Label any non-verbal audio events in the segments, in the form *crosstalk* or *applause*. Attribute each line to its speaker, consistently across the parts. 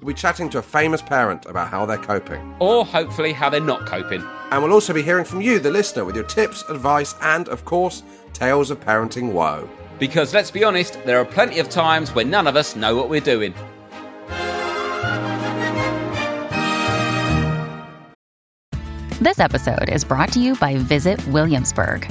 Speaker 1: we'll be chatting to a famous parent about how they're coping.
Speaker 2: Or hopefully how they're not coping.
Speaker 1: And we'll also be hearing from you, the listener, with your tips, advice, and, of course, tales of parenting woe.
Speaker 2: Because let's be honest, there are plenty of times when none of us know what we're doing.
Speaker 3: This episode is brought to you by Visit Williamsburg.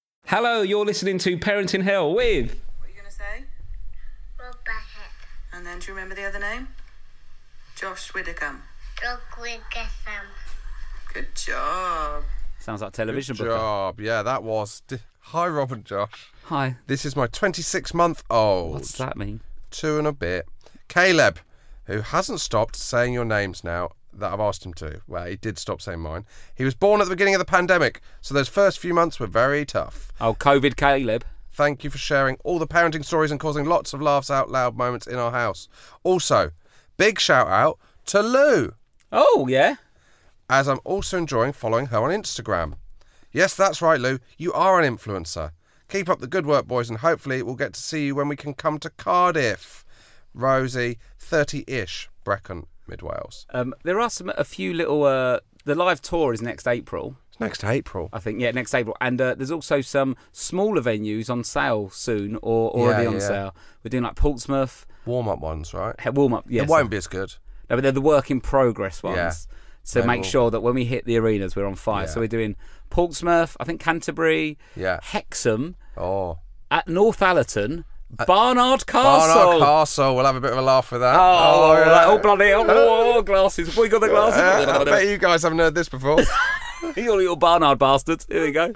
Speaker 2: Hello, you're listening to Parenting Hell with.
Speaker 4: What are you going to say?
Speaker 5: Rob Beckett,
Speaker 4: And then do you remember the other name? Josh Widdicombe.
Speaker 5: Rob Wiggum,
Speaker 4: Good job.
Speaker 2: Sounds like television
Speaker 1: Good
Speaker 2: book.
Speaker 1: job. Yeah, that was. D- Hi, Rob and Josh.
Speaker 2: Hi.
Speaker 1: This is my 26 month old.
Speaker 2: What's that mean?
Speaker 1: Two and a bit. Caleb, who hasn't stopped saying your names now that I've asked him to. Well, he did stop saying mine. He was born at the beginning of the pandemic, so those first few months were very tough.
Speaker 2: Oh, COVID Caleb.
Speaker 1: Thank you for sharing all the parenting stories and causing lots of laughs out loud moments in our house. Also, big shout out to Lou,
Speaker 2: Oh, yeah.
Speaker 1: as I'm also enjoying following her on Instagram. Yes, that's right, Lou, you are an influencer. Keep up the good work, boys, and hopefully we'll get to see you when we can come to Cardiff. Rosie, 30 ish, Brecon, Mid Wales.
Speaker 6: Um, there are some a few little. Uh, the live tour is next April,
Speaker 1: It's next April.
Speaker 6: I think. Yeah, next April, and uh, there's also some smaller venues on sale soon or already
Speaker 1: Yeah,
Speaker 6: on
Speaker 1: yeah.
Speaker 6: sale. We're doing like Portsmouth
Speaker 1: Warm up ones, right?
Speaker 6: warm up. Yes,
Speaker 1: It won't be as good.
Speaker 6: No, but they're the work in progress ones.
Speaker 1: Yeah.
Speaker 6: So
Speaker 1: They
Speaker 6: make
Speaker 1: will.
Speaker 6: sure that when we hit the arenas, we're on fire.
Speaker 1: Yeah.
Speaker 6: So we're doing Portsmouth, I think Canterbury,
Speaker 1: Yeah.
Speaker 6: Hexham,
Speaker 1: Oh.
Speaker 6: at North Allerton, Barnard Castle.
Speaker 1: Uh, Barnard Oh, Castle, we'll have a bit of a laugh with that.
Speaker 6: Oh,
Speaker 1: yeah.
Speaker 6: oh, bloody oh, oh, glasses! We got the
Speaker 1: Uh, *laughs* I
Speaker 6: glasses.
Speaker 1: bet you guys haven't heard this before.
Speaker 6: You're little Barnard bastards. Here we go.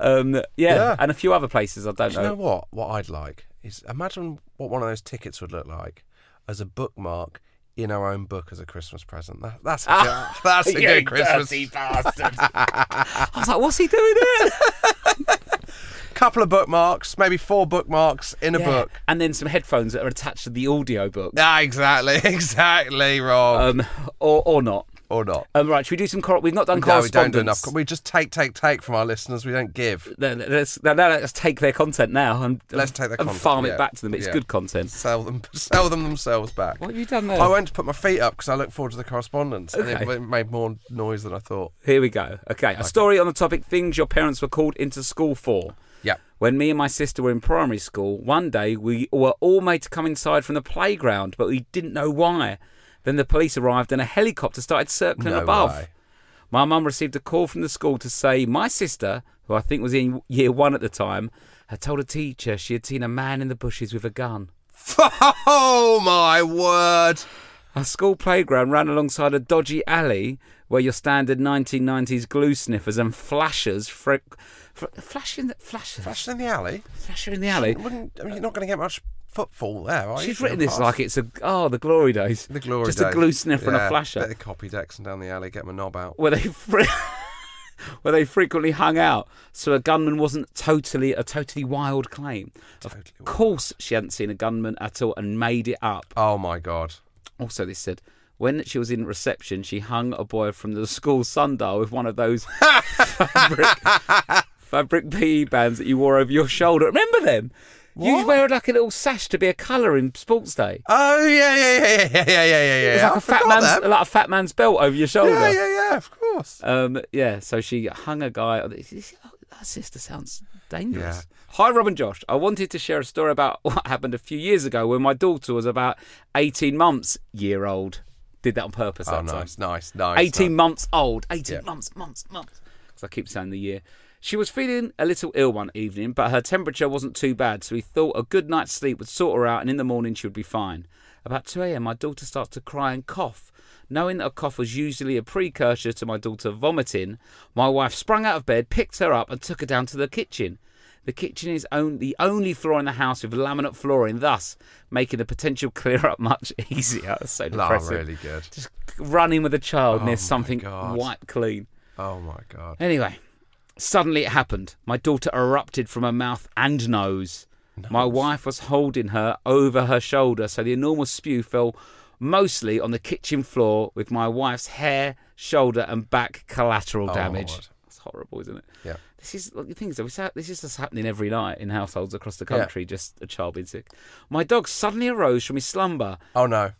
Speaker 6: Um, yeah,
Speaker 1: Yeah.
Speaker 6: and a few other places I don't
Speaker 1: Do you know
Speaker 6: know.
Speaker 1: what? What I'd like is imagine what one of those tickets would look like as a bookmark in our own book as a Christmas present. That, that's a
Speaker 6: *laughs*
Speaker 1: good, that's a good Christmas. *laughs*
Speaker 6: bastard! I was like, what's he doing there?
Speaker 1: Couple of bookmarks, maybe four bookmarks in a
Speaker 6: Yeah.
Speaker 1: book.
Speaker 6: And then some headphones that are attached to the audio book.
Speaker 1: Ah, exactly, *laughs* exactly, Rob.
Speaker 6: Um, or, or not.
Speaker 1: or not.
Speaker 6: Um, right, should we do some... Cor- we've not done
Speaker 1: No, we don't do enough.
Speaker 6: correspondence.
Speaker 1: We just take, take, take from our listeners. We don't give.
Speaker 6: No, no, Let's, no, no, let's take their content now and,
Speaker 1: Let's take their
Speaker 6: and
Speaker 1: content,
Speaker 6: farm
Speaker 1: yeah.
Speaker 6: it back to them. It's
Speaker 1: Yeah.
Speaker 6: good content.
Speaker 1: Sell them, *laughs* sell them themselves back.
Speaker 6: What have you done there?
Speaker 1: I went to put my feet up because I look forward to the correspondence, and
Speaker 6: Okay.
Speaker 1: it made more noise than I thought.
Speaker 6: Here we go. Okay, a story on the topic things your parents were called into school for.
Speaker 1: Yeah.
Speaker 6: When me and my sister were in primary school, one day we were all made to come inside from the playground, but we didn't know why. Then the police arrived and a helicopter started circling
Speaker 1: No
Speaker 6: above.
Speaker 1: way.
Speaker 6: My mum received a call from the school to say my sister, who I think was in year one at the time, had told a teacher she had seen a man in the bushes with a gun.
Speaker 1: *laughs* Oh my word!
Speaker 6: Our school playground ran alongside a dodgy alley where your standard 1990s glue sniffers and flashers, fre- fr- flashing, flasher,
Speaker 1: Flashed in the alley.
Speaker 6: flasher in the alley.
Speaker 1: Wouldn't, I mean, you're not going to get much footfall there, are you?
Speaker 6: She's written this like it's a oh the glory days,
Speaker 1: the glory
Speaker 6: just
Speaker 1: days.
Speaker 6: a glue sniffer and
Speaker 1: Yeah,
Speaker 6: a flasher.
Speaker 1: Bit of copy decks and down the alley, get my knob out.
Speaker 6: where they fre- *laughs* where they frequently hung out. So a gunman wasn't totally a totally wild claim. of course, she hadn't seen a gunman at all and made it up.
Speaker 1: Oh my god!
Speaker 6: Also, they said when she was in reception, she hung a boy from the school sundial with one of
Speaker 1: *laughs*
Speaker 6: those E fabric, fabric PE bands that you wore over your shoulder. Remember them? You used to wear like a little sash to be a colour in Sports Day.
Speaker 1: Oh yeah, yeah, yeah, yeah, yeah, yeah, yeah. yeah.
Speaker 6: It's like
Speaker 1: I
Speaker 6: a fat
Speaker 1: forgot
Speaker 6: man's
Speaker 1: them.
Speaker 6: like a fat man's belt over your shoulder.
Speaker 1: Yeah, yeah, yeah. Of course.
Speaker 6: Um, yeah, so she hung a guy. oh, That sister sounds dangerous.
Speaker 1: Yeah.
Speaker 6: Hi, Rob and Josh. I wanted to share a story about *laughs* what happened a few years ago when my daughter was about 18 months year old. Did that on purpose.
Speaker 1: Oh,
Speaker 6: that time.
Speaker 1: nice, nice, nice.
Speaker 6: 18
Speaker 1: nice.
Speaker 6: months old. 18
Speaker 1: Yeah.
Speaker 6: months, months, months. Because I keep saying the year. She was feeling a little ill one evening, but her temperature wasn't too bad, so we thought a good night's sleep would sort her out and in the morning she would be fine. About 2 a.m., my daughter starts to cry and cough. Knowing that a cough was usually a precursor to my daughter vomiting, my wife sprung out of bed, picked her up, and took her down to the kitchen. The kitchen is on, the only floor in the house with laminate flooring, thus making the potential *laughs* clear up much easier. That's so
Speaker 1: Nah,
Speaker 6: depressing
Speaker 1: really good.
Speaker 6: just running with a child
Speaker 1: Oh my
Speaker 6: near something
Speaker 1: God.
Speaker 6: wiped clean.
Speaker 1: Oh my god.
Speaker 6: Anyway, suddenly it happened. My daughter erupted from her mouth and nose. My wife was holding her over her shoulder, so the enormous spew fell mostly on the kitchen floor with my wife's hair, shoulder, and back collateral
Speaker 1: Oh, my
Speaker 6: damage.
Speaker 1: word.
Speaker 6: It's horrible, isn't it?
Speaker 1: Yeah.
Speaker 6: This is the thing is, though, it's ha- this is just happening every night in households across the country. Just a child being sick. My dog suddenly arose from his slumber
Speaker 1: Oh no.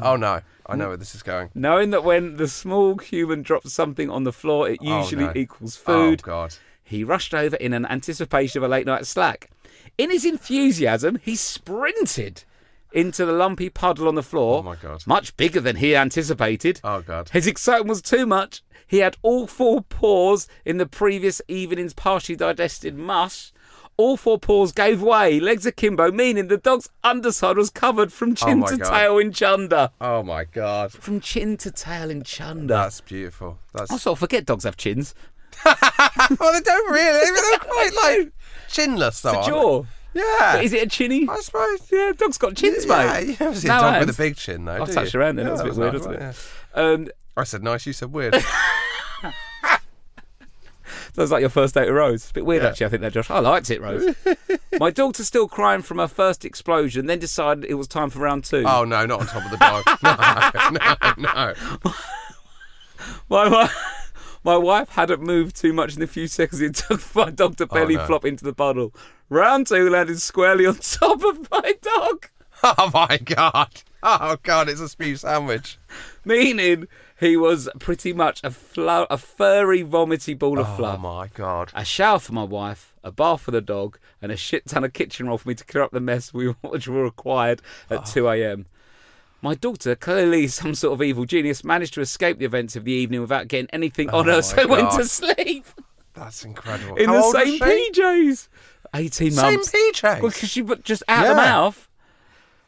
Speaker 1: Oh no. I know where this is going.
Speaker 6: Knowing that when the small human drops something on the floor, it
Speaker 1: Oh,
Speaker 6: usually
Speaker 1: no.
Speaker 6: equals
Speaker 1: Oh
Speaker 6: food,
Speaker 1: god.
Speaker 6: he rushed over in an anticipation of a late night slack. In his enthusiasm, he sprinted into the lumpy puddle on the floor,
Speaker 1: Oh, my God.
Speaker 6: much bigger than he anticipated.
Speaker 1: Oh god.
Speaker 6: His excitement was too much. He had all four paws in the previous evening's partially digested mush. All four paws gave way, legs akimbo, meaning the dog's underside was covered from chin
Speaker 1: Oh, my
Speaker 6: to
Speaker 1: God.
Speaker 6: tail in chunder
Speaker 1: Oh my god.
Speaker 6: from chin to tail in chunder.
Speaker 1: That's beautiful. That's
Speaker 6: I sort of forget dogs have chins.
Speaker 1: well, they don't really. They're quite like chinless though.
Speaker 6: It's a
Speaker 1: aren't
Speaker 6: jaw.
Speaker 1: they? Oh, Yeah.
Speaker 6: But is it a chinny?
Speaker 1: I suppose.
Speaker 6: Yeah, dog's got chins,
Speaker 1: yeah,
Speaker 6: mate.
Speaker 1: You never see
Speaker 6: No
Speaker 1: a dog
Speaker 6: hands.
Speaker 1: with a big chin though.
Speaker 6: I
Speaker 1: do
Speaker 6: touched
Speaker 1: you?
Speaker 6: your hand then.
Speaker 1: Yeah,
Speaker 6: That was a bit
Speaker 1: that
Speaker 6: weird, wasn't
Speaker 1: nice,
Speaker 6: it? Um,
Speaker 1: yeah. I said nice. You
Speaker 6: *laughs*
Speaker 1: said weird.
Speaker 6: that was like your first date with Rose. It's a bit weird,
Speaker 1: Yeah.
Speaker 6: actually, I think that, Josh. I liked it,
Speaker 1: *laughs*
Speaker 6: Rose. My daughter still crying from her first explosion, then decided it was time for round two.
Speaker 1: oh no, not on top of
Speaker 6: *laughs*
Speaker 1: the dog. No, *laughs* no, no.
Speaker 6: My, wi- *laughs* my wife hadn't moved too much in the few seconds it took for my dog to belly
Speaker 1: Oh, no.
Speaker 6: flop into the puddle. Round two landed squarely on top of my dog.
Speaker 1: Oh my god. Oh god, it's a spew sandwich.
Speaker 6: *laughs* meaning he was pretty much a, flow a furry, vomity ball of
Speaker 1: Oh
Speaker 6: fluff.
Speaker 1: my god.
Speaker 6: A shower for my wife, a bath for the dog, and a shit ton of kitchen roll for me to clear up the mess we *laughs* which were required at 2 a.m. My daughter, clearly some sort of evil genius, managed to escape the events of the evening without getting anything on
Speaker 1: my
Speaker 6: her, so went to
Speaker 1: God.
Speaker 6: sleep
Speaker 1: That's incredible.
Speaker 6: in
Speaker 1: How
Speaker 6: the
Speaker 1: old was
Speaker 6: same
Speaker 1: she?
Speaker 6: PJs. 18
Speaker 1: Same
Speaker 6: months.
Speaker 1: PJ.
Speaker 6: Well, because she was just out of the
Speaker 1: Yeah.
Speaker 6: mouth.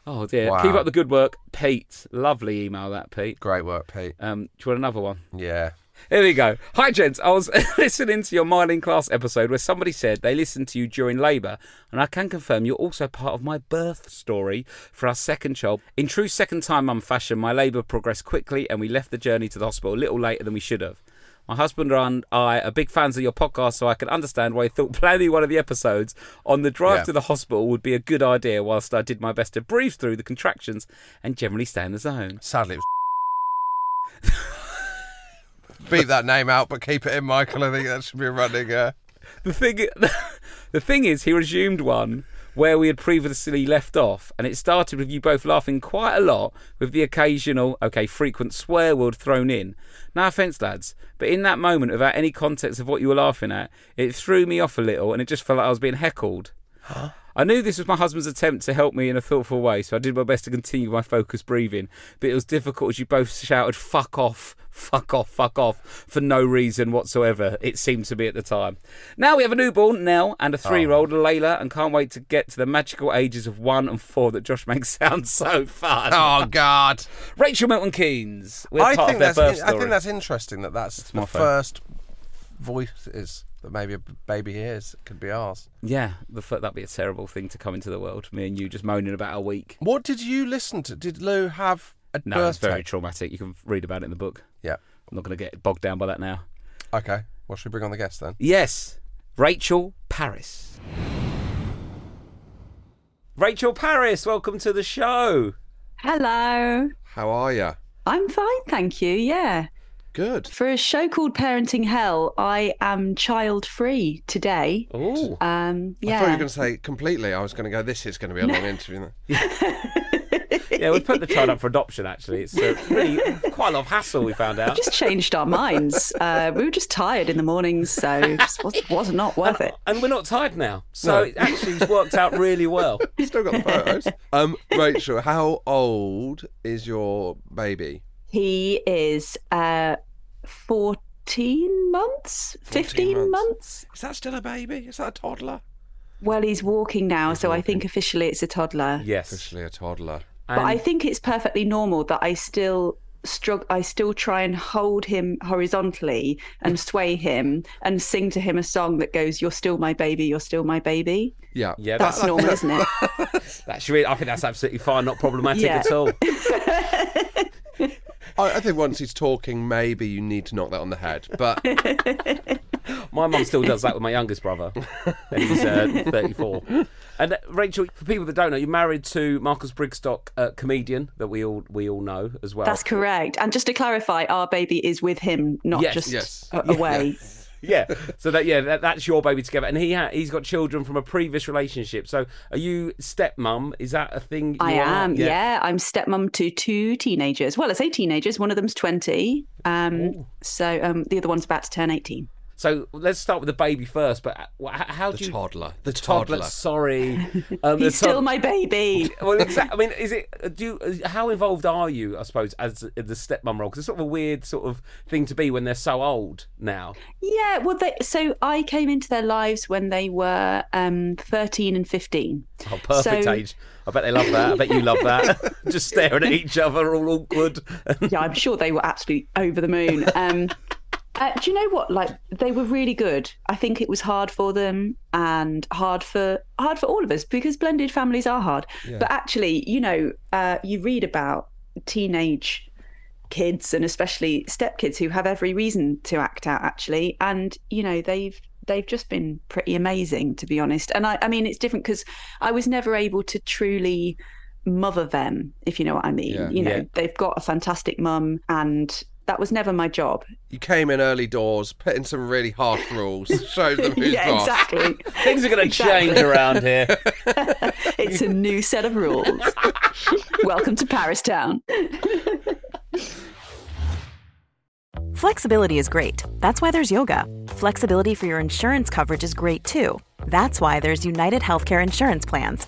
Speaker 6: Oh dear.
Speaker 1: Wow.
Speaker 6: Keep up the good work, Pete. Lovely email that, Pete.
Speaker 1: Great work, Pete.
Speaker 6: Um, do you want another one?
Speaker 1: Yeah.
Speaker 6: Here we go. Hi, gents. I was *laughs* listening to your Mile in Class episode where somebody said they listened to you during labour, and I can confirm you're also part of my birth story for our second child. In true second time mum fashion, my labour progressed quickly, and we left the journey to the hospital a little later than we should have. My husband and I are big fans of your podcast, so I can understand why you thought *laughs* planning one of the episodes on the drive
Speaker 1: Yeah.
Speaker 6: to the hospital would be a good idea, whilst I did my best to breeze through the contractions and generally stay in the zone.
Speaker 1: Sadly, it was. *laughs* Beat that name out, but keep it in, Michael. I think that should be running.
Speaker 6: *laughs*
Speaker 1: Uh,
Speaker 6: the thing the thing is he resumed one where we had previously left off and it started with you both laughing quite a lot with the occasional okay frequent swear word thrown in no offence lads but in that moment without any context of what you were laughing at it threw me off a little and it just felt like i was being heckled I knew this was my husband's attempt to help me in a thoughtful way, so I did my best to continue my focused breathing. But it was difficult as you both shouted, fuck off, fuck off, fuck off, for no reason whatsoever, it seemed to be at the time. Now we have a newborn, Nell, and a
Speaker 1: Oh.
Speaker 6: three year old, Layla, and can't wait to get to the magical ages of one and four that Josh *laughs* makes sound so fun.
Speaker 1: oh God!
Speaker 6: Rachel Milton Keynes, we're
Speaker 1: I
Speaker 6: part
Speaker 1: think
Speaker 6: of their
Speaker 1: that's
Speaker 6: birth
Speaker 1: in- I
Speaker 6: story.
Speaker 1: think that's interesting that that's
Speaker 6: my
Speaker 1: the
Speaker 6: phone.
Speaker 1: first voice is that maybe a b- baby hears could be ours.
Speaker 6: Yeah, the, f- that'd be a terrible thing to come into the world, me and you just moaning about a week.
Speaker 1: What did you listen to? Did Lou have a
Speaker 6: No, it's
Speaker 1: birthday?
Speaker 6: very traumatic. You can read about it in the book.
Speaker 1: yeah.
Speaker 6: I'm not going to get bogged down by that now.
Speaker 1: Okay. Well, should we bring on the guest then?
Speaker 6: Yes, Rachel Paris. Rachel Paris, welcome to the show.
Speaker 7: Hello.
Speaker 1: How are you?
Speaker 7: I'm fine, thank you. Yeah.
Speaker 1: Good.
Speaker 7: For a show called Parenting Hell, I am child free today.
Speaker 6: Oh,
Speaker 7: Um,
Speaker 1: I
Speaker 7: yeah.
Speaker 1: thought you were going to say completely. I was going to go, this is going to be a long interview.
Speaker 6: yeah. We put the child up for adoption. Actually, it's uh, really quite a lot of hassle. We found out.
Speaker 7: just changed
Speaker 1: *laughs*
Speaker 7: our minds. Uh, we were just tired in the mornings, so it just was, was not worth it.
Speaker 6: And we're not tired now, so it actually has worked out really well.
Speaker 1: Still got the photos. *laughs* Um, Rachel, how old is your baby?
Speaker 7: He is uh, 14 months, 15
Speaker 1: months.
Speaker 7: months.
Speaker 1: Is that still a baby? Is that a toddler?
Speaker 7: Well, he's walking now, so I think officially it's a toddler.
Speaker 6: Yes,
Speaker 1: Officially a toddler.
Speaker 7: But I think it's perfectly normal that I still struggle. I still try and hold him horizontally and sway him and sing to him a song that goes, "You're still my baby. You're still my baby."
Speaker 1: Yeah.
Speaker 6: Yeah,
Speaker 7: That's
Speaker 6: that- *laughs*
Speaker 7: normal, isn't it?
Speaker 6: that's really. I think that's absolutely fine, not problematic
Speaker 7: Yeah.
Speaker 6: at all.
Speaker 1: I, I think once he's talking, maybe you need to knock that on the head. But
Speaker 6: My mum still does that with my youngest brother. And he's uh, 34. And uh, Rachel, for people that don't know, you're married to Marcus Brigstock, uh, comedian that we all we all know as well.
Speaker 7: That's correct. And just to clarify, our baby is with him, not
Speaker 6: Yes,
Speaker 7: just
Speaker 1: yes.
Speaker 7: a- Uh, away.
Speaker 6: *laughs* yeah. So that yeah, that, that's your baby together, and he ha- he's got children from a previous relationship. So are you stepmum? Is that a thing? You
Speaker 7: I
Speaker 6: are?
Speaker 7: am, yeah. I'm stepmom to two teenagers. Well, I say teenagers. One of them's twenty. Um, so um, the other one's about to turn eighteen.
Speaker 6: So let's start with the baby first. But uh, wh- h- how
Speaker 1: the
Speaker 6: do you?
Speaker 1: toddler. The
Speaker 6: Toddler,
Speaker 1: toddler.
Speaker 7: *laughs*
Speaker 6: sorry. Um, the
Speaker 7: He's still
Speaker 6: tod-
Speaker 7: my baby.
Speaker 6: *laughs* well, exactly. I mean, is it do you, how involved are you? I suppose as the stepmom role because it's sort of a weird sort of thing to be when they're so old now.
Speaker 7: Yeah, well, they, so I came into their lives when they were um, 13 and 15.
Speaker 6: Oh, perfect
Speaker 7: So-
Speaker 6: age. I bet they love that. I bet you love that. *laughs* Just staring at each other, all awkward.
Speaker 7: Yeah, I'm sure they were absolutely over the moon. Um, uh, do you know what? Like, they were really good. I think it was hard for them and hard for hard for all of us because blended families are hard. But actually, you know, uh, you read about teenage kids and especially stepkids who have every reason to act out actually and you know they've they've just been pretty amazing to be honest and i i mean it's different because i was never able to truly mother them if you know what i mean
Speaker 1: Yeah.
Speaker 7: you know
Speaker 6: Yeah.
Speaker 7: they've got a fantastic mum and that was never
Speaker 6: *laughs*
Speaker 7: my job
Speaker 1: You came in early doors, put in some really harsh rules, showed them who's
Speaker 7: *laughs* yeah
Speaker 1: boss.
Speaker 7: exactly
Speaker 6: *laughs* Things are going to
Speaker 7: Exactly.
Speaker 6: change around here.
Speaker 7: *laughs* it's a new set of
Speaker 6: *laughs*
Speaker 7: rules welcome to paris town
Speaker 8: Flexibility is great. That's why there's yoga. Flexibility for your insurance coverage is great too. That's why there's United Healthcare Insurance Plans.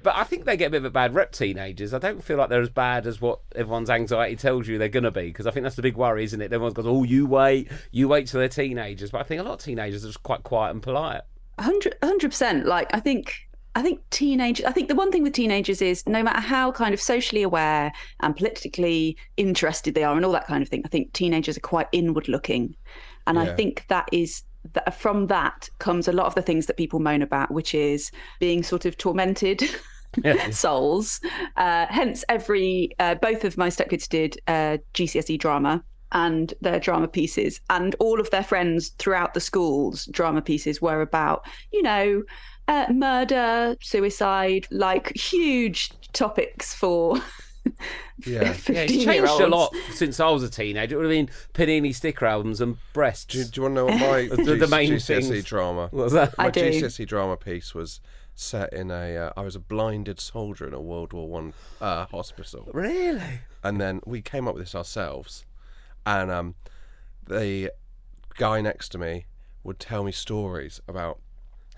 Speaker 6: But I think they get a bit of a bad rep, teenagers. I don't feel like they're as bad as what everyone's anxiety tells you they're going to be, because I think that's the big worry, isn't it? Everyone's got, oh, you wait, you wait till they're teenagers. But I think a lot of teenagers are just quite quiet and polite.
Speaker 7: 100 percent. Like I think I think teenagers. I think the one thing with teenagers is no matter how kind of socially aware and politically interested they are, and all that kind of thing. I think teenagers are quite inward looking, and I think that is. That from that comes a lot of the things that people moan about, which is being sort
Speaker 6: *laughs*
Speaker 7: of tormented *laughs* souls. Uh, hence, every uh, both of my stepkids did uh, GCSE drama and their drama pieces, and all of their friends throughout the schools' drama pieces were about, you know, uh, murder, suicide, like huge topics for. *laughs*
Speaker 1: Yeah.
Speaker 6: Yeah, it's
Speaker 7: 15 year
Speaker 6: changed
Speaker 7: olds.
Speaker 6: a lot since I was a teenager. It would have been Panini sticker albums and breasts.
Speaker 1: Do, do you want to know what my
Speaker 6: The- the
Speaker 1: G-
Speaker 6: main
Speaker 1: GCSE
Speaker 6: things.
Speaker 1: drama?
Speaker 6: What was that?
Speaker 7: I
Speaker 1: my
Speaker 7: do.
Speaker 1: GCSE E drama piece was set in a. Uh, I was a blinded soldier in a World War One uh, hospital,
Speaker 6: Really?
Speaker 1: and then we came up with this ourselves. And um, the guy next to me would tell me stories about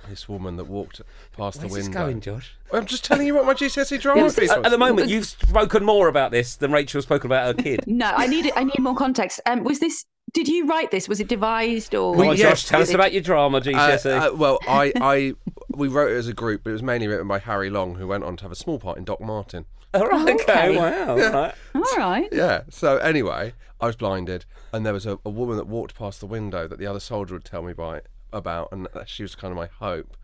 Speaker 1: This woman that walked past
Speaker 6: Where's
Speaker 1: the
Speaker 6: this
Speaker 1: window.
Speaker 6: going, Josh?
Speaker 1: I'm just telling you what my *laughs* GCSE
Speaker 6: Yeah,
Speaker 1: E drama
Speaker 6: but
Speaker 1: piece
Speaker 6: at,
Speaker 1: was.
Speaker 6: at the moment, you've spoken more about this than Rachel's spoken about her
Speaker 7: *laughs*
Speaker 6: kid.
Speaker 7: No, I need I need more context. Um, was this? Did you write this? Was it devised or?
Speaker 6: Come on,
Speaker 1: yes,
Speaker 6: Josh, tell us about your drama, GCSE.
Speaker 1: Uh, uh, *laughs* well, I, I, we wrote it as a group, but it was mainly written by Harry Long, who went on to have a small part in Doc Martin.
Speaker 6: *laughs* All right,
Speaker 7: Oh,
Speaker 6: okay,
Speaker 7: okay.
Speaker 6: wow. right.
Speaker 7: All right.
Speaker 1: Yeah. So anyway, I was blinded, and there was a, a woman that walked past the window that the other soldier would tell me by about, and she was kind of my hope.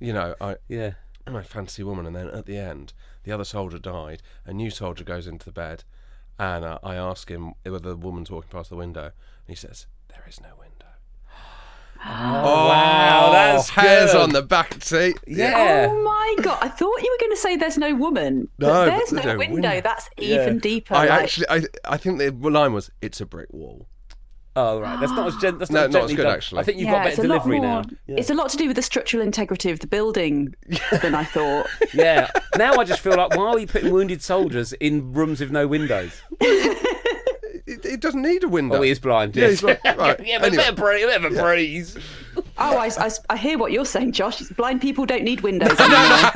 Speaker 1: You know, I
Speaker 6: Yeah.
Speaker 1: and I fancy woman, and then at the end, the other soldier died. A new soldier goes into the bed, and uh, I ask him whether the woman's walking past the window, and he says, "There is no window." Oh,
Speaker 6: wow, that's
Speaker 1: hairs
Speaker 6: good.
Speaker 1: on the back seat.
Speaker 6: Yeah.
Speaker 7: Oh my god! I thought you were going to say there's no woman. but
Speaker 1: No,
Speaker 7: there's
Speaker 1: but
Speaker 7: no,
Speaker 1: there's no
Speaker 7: window.
Speaker 1: window.
Speaker 7: That's
Speaker 6: Yeah.
Speaker 7: even deeper.
Speaker 1: I
Speaker 7: like-
Speaker 1: actually, I, I think the line was, "It's a brick wall."
Speaker 6: Oh, right. That's not as, gen- that's
Speaker 1: No,
Speaker 6: not as
Speaker 1: not as
Speaker 6: gently
Speaker 1: good,
Speaker 6: done.
Speaker 1: actually.
Speaker 6: I think you've got
Speaker 7: it's
Speaker 6: better
Speaker 7: a lot
Speaker 6: delivery
Speaker 7: more-
Speaker 6: now. Yeah.
Speaker 7: It's a lot to do with the structural integrity of
Speaker 6: *laughs*
Speaker 7: the building than I thought.
Speaker 6: yeah. Now I just feel like, why are we putting wounded soldiers in rooms with no windows?
Speaker 1: It, it doesn't need a window.
Speaker 6: Oh, he is blind.
Speaker 1: Yeah,
Speaker 6: yes.
Speaker 1: he's
Speaker 6: *laughs*
Speaker 1: blind. Right.
Speaker 6: yeah, but
Speaker 1: Anyway.
Speaker 6: a bit of breeze. A bit of breeze.
Speaker 7: Oh, I, I, I hear what you're saying, Josh. Blind people don't need
Speaker 6: *laughs*
Speaker 7: windows. anymore.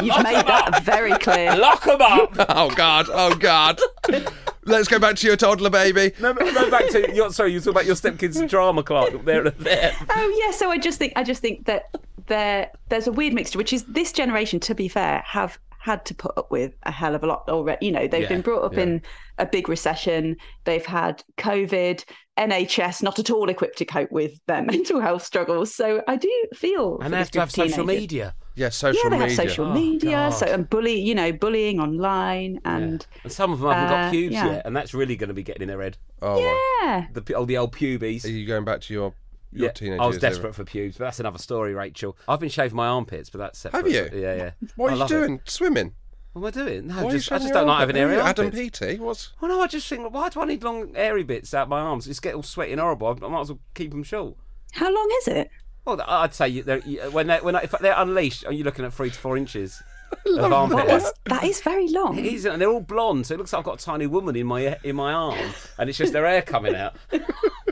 Speaker 7: You've made that very clear.
Speaker 6: Lock 'em up.
Speaker 1: *laughs* Oh God! Oh God! *laughs* Let's go back to your toddler baby.
Speaker 6: no, but go back to your. Sorry, you were talking about your stepkids' drama clerk there. *laughs* there.
Speaker 7: Oh yeah, so I just think I just think that there there's a weird mixture, which is this generation, to be fair, have had to put up with a hell of a lot already. You know, they've
Speaker 6: Yeah,
Speaker 7: been brought up
Speaker 6: yeah.
Speaker 7: in a big recession, they've had COVID, NHS not at all equipped to cope with their *laughs* mental health struggles. So I do feel for
Speaker 6: And they
Speaker 7: this
Speaker 6: have to
Speaker 7: group
Speaker 6: have
Speaker 7: of
Speaker 6: social
Speaker 7: teenagers.
Speaker 6: media.
Speaker 1: Yeah, social
Speaker 7: Yeah, they have
Speaker 1: media.
Speaker 7: social
Speaker 6: Oh,
Speaker 7: media, so
Speaker 6: God.
Speaker 7: and bully, you know, bullying online, and
Speaker 6: And some of them haven't got
Speaker 7: Uh,
Speaker 6: pubes
Speaker 7: yeah.
Speaker 6: yet, and that's really going to be getting in their head.
Speaker 1: Oh, my.
Speaker 7: yeah,
Speaker 6: The pu- oh, the old pubies.
Speaker 1: are you going back to your your teenage?
Speaker 6: I was
Speaker 1: years, David?
Speaker 6: desperate for pubes, but that's another story, Rachel. I've been shaving my armpits, but that's separate.
Speaker 1: Have you?
Speaker 6: Yeah, yeah.
Speaker 1: What
Speaker 6: I
Speaker 1: are you
Speaker 6: love it.
Speaker 1: doing? Swimming?
Speaker 6: What am I doing? No,
Speaker 1: Why are you
Speaker 6: just, I
Speaker 1: shaving
Speaker 6: just
Speaker 1: your
Speaker 6: don't like
Speaker 1: armpit?
Speaker 6: having hairy
Speaker 1: Are you Adam
Speaker 6: armpits.
Speaker 1: Peaty. What?
Speaker 6: Well, no, I just think, why do I need long airy bits out my arms? It's get all sweaty and horrible. I might as well keep them short.
Speaker 7: how long is it?
Speaker 6: Well, I'd say you, they're, you, when they're when I, if they're unleashed, are you looking at three to four
Speaker 1: *laughs*
Speaker 6: inches of armpit?
Speaker 7: That is that is very long.
Speaker 6: It is, and they're all blonde, so it looks like I've got a tiny woman in my in my arm, and it's just their hair coming out. *laughs*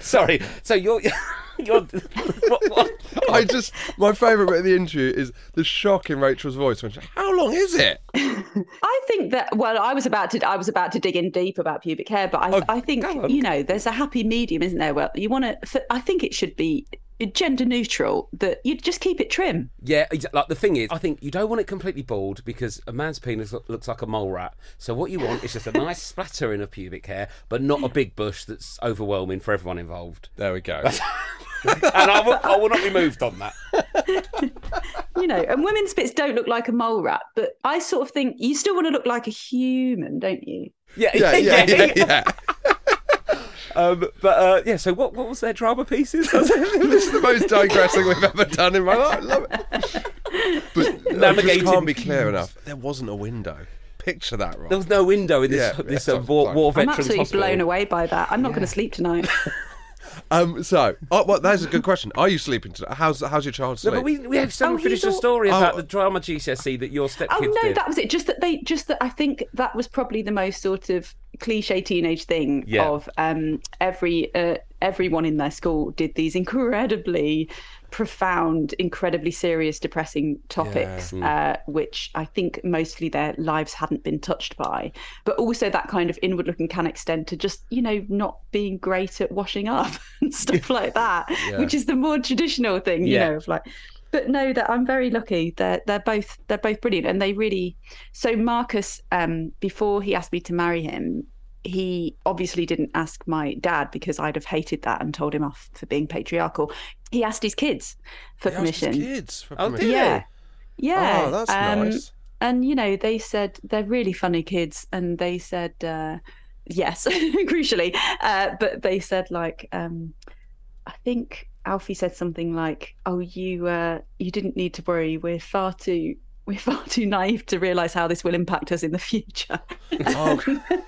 Speaker 6: Sorry. So you're *laughs* you're what, what?
Speaker 1: *laughs* I just my favourite bit of the interview is the shock in Rachel's voice when she, "How long is it?"
Speaker 7: I think that well, I was about to I was about to dig in deep about pubic hair, but I, I think
Speaker 6: Oh, go on.
Speaker 7: you know there's a happy medium, isn't there? Well, you want to. I think it should be gender neutral. That you just keep it trim.
Speaker 6: Yeah, exa- like the thing is, I think you don't want it completely bald because a man's penis lo- looks like a mole rat. So what you want is just a nice splattering of pubic hair, but not a big bush that's overwhelming for everyone involved.
Speaker 1: There
Speaker 6: *laughs*
Speaker 1: we go.
Speaker 6: And I will, I will not be moved on that.
Speaker 7: You know, and women's bits don't look like a mole rat, but I sort of think you still want to look like a human, don't you?
Speaker 6: *laughs* Yeah,
Speaker 1: *laughs* yeah, yeah, yeah, yeah.
Speaker 6: Um, but uh, yeah, so what, what was their drama pieces? *laughs*
Speaker 1: this is the most digressing we've ever done in my life. Love it. But I just
Speaker 6: Navigating
Speaker 1: can't be clear enough. There wasn't a window. Picture that, Rob.
Speaker 6: there was no window in this
Speaker 1: Yeah,
Speaker 6: this
Speaker 1: yeah,
Speaker 6: uh, war,
Speaker 1: sorry.
Speaker 6: war
Speaker 7: I'm
Speaker 6: veterans
Speaker 7: absolutely
Speaker 6: hospital.
Speaker 7: blown away by that. I'm not going to sleep tonight.
Speaker 1: Um, so, oh, well, that's a good question. Are you sleeping tonight? How's how's your child
Speaker 6: No,
Speaker 1: sleep?
Speaker 6: but we, we have still
Speaker 7: Oh,
Speaker 6: not
Speaker 7: he
Speaker 6: finished the
Speaker 7: thought-
Speaker 6: story about
Speaker 1: Oh.
Speaker 6: the drama GCSE E that your stepkids
Speaker 7: Oh no,
Speaker 6: did.
Speaker 7: that was it. Just that they, just that I think that was probably the most sort of cliche teenage thing
Speaker 6: Yeah.
Speaker 7: of um, every uh, everyone in their school did these incredibly profound, incredibly serious, depressing topics, uh, which I think mostly their lives hadn't been touched by. But also that kind of inward looking can extend to just you know not being great at washing up *laughs*
Speaker 6: *laughs*
Speaker 7: and stuff like that, which is the more traditional thing, you
Speaker 6: Yeah.
Speaker 7: know, of like but no that i'm very lucky they're they're both they're both brilliant and they really so marcus um before he asked me to marry him he obviously didn't ask my dad because i'd have hated that and told him off for being patriarchal he asked his kids for
Speaker 1: They asked his
Speaker 7: permission
Speaker 1: kids for
Speaker 6: Oh, did
Speaker 1: permission.
Speaker 6: they?
Speaker 7: yeah yeah
Speaker 1: Oh, that's
Speaker 7: Um,
Speaker 1: nice.
Speaker 7: and you know they said they're really funny kids and they said uh yes *laughs* crucially uh but they said like um i think alfie said something like oh you uh you didn't need to worry we're far too *laughs* we're far too naive to realize how this will impact us in the future
Speaker 1: Oh,
Speaker 7: *laughs*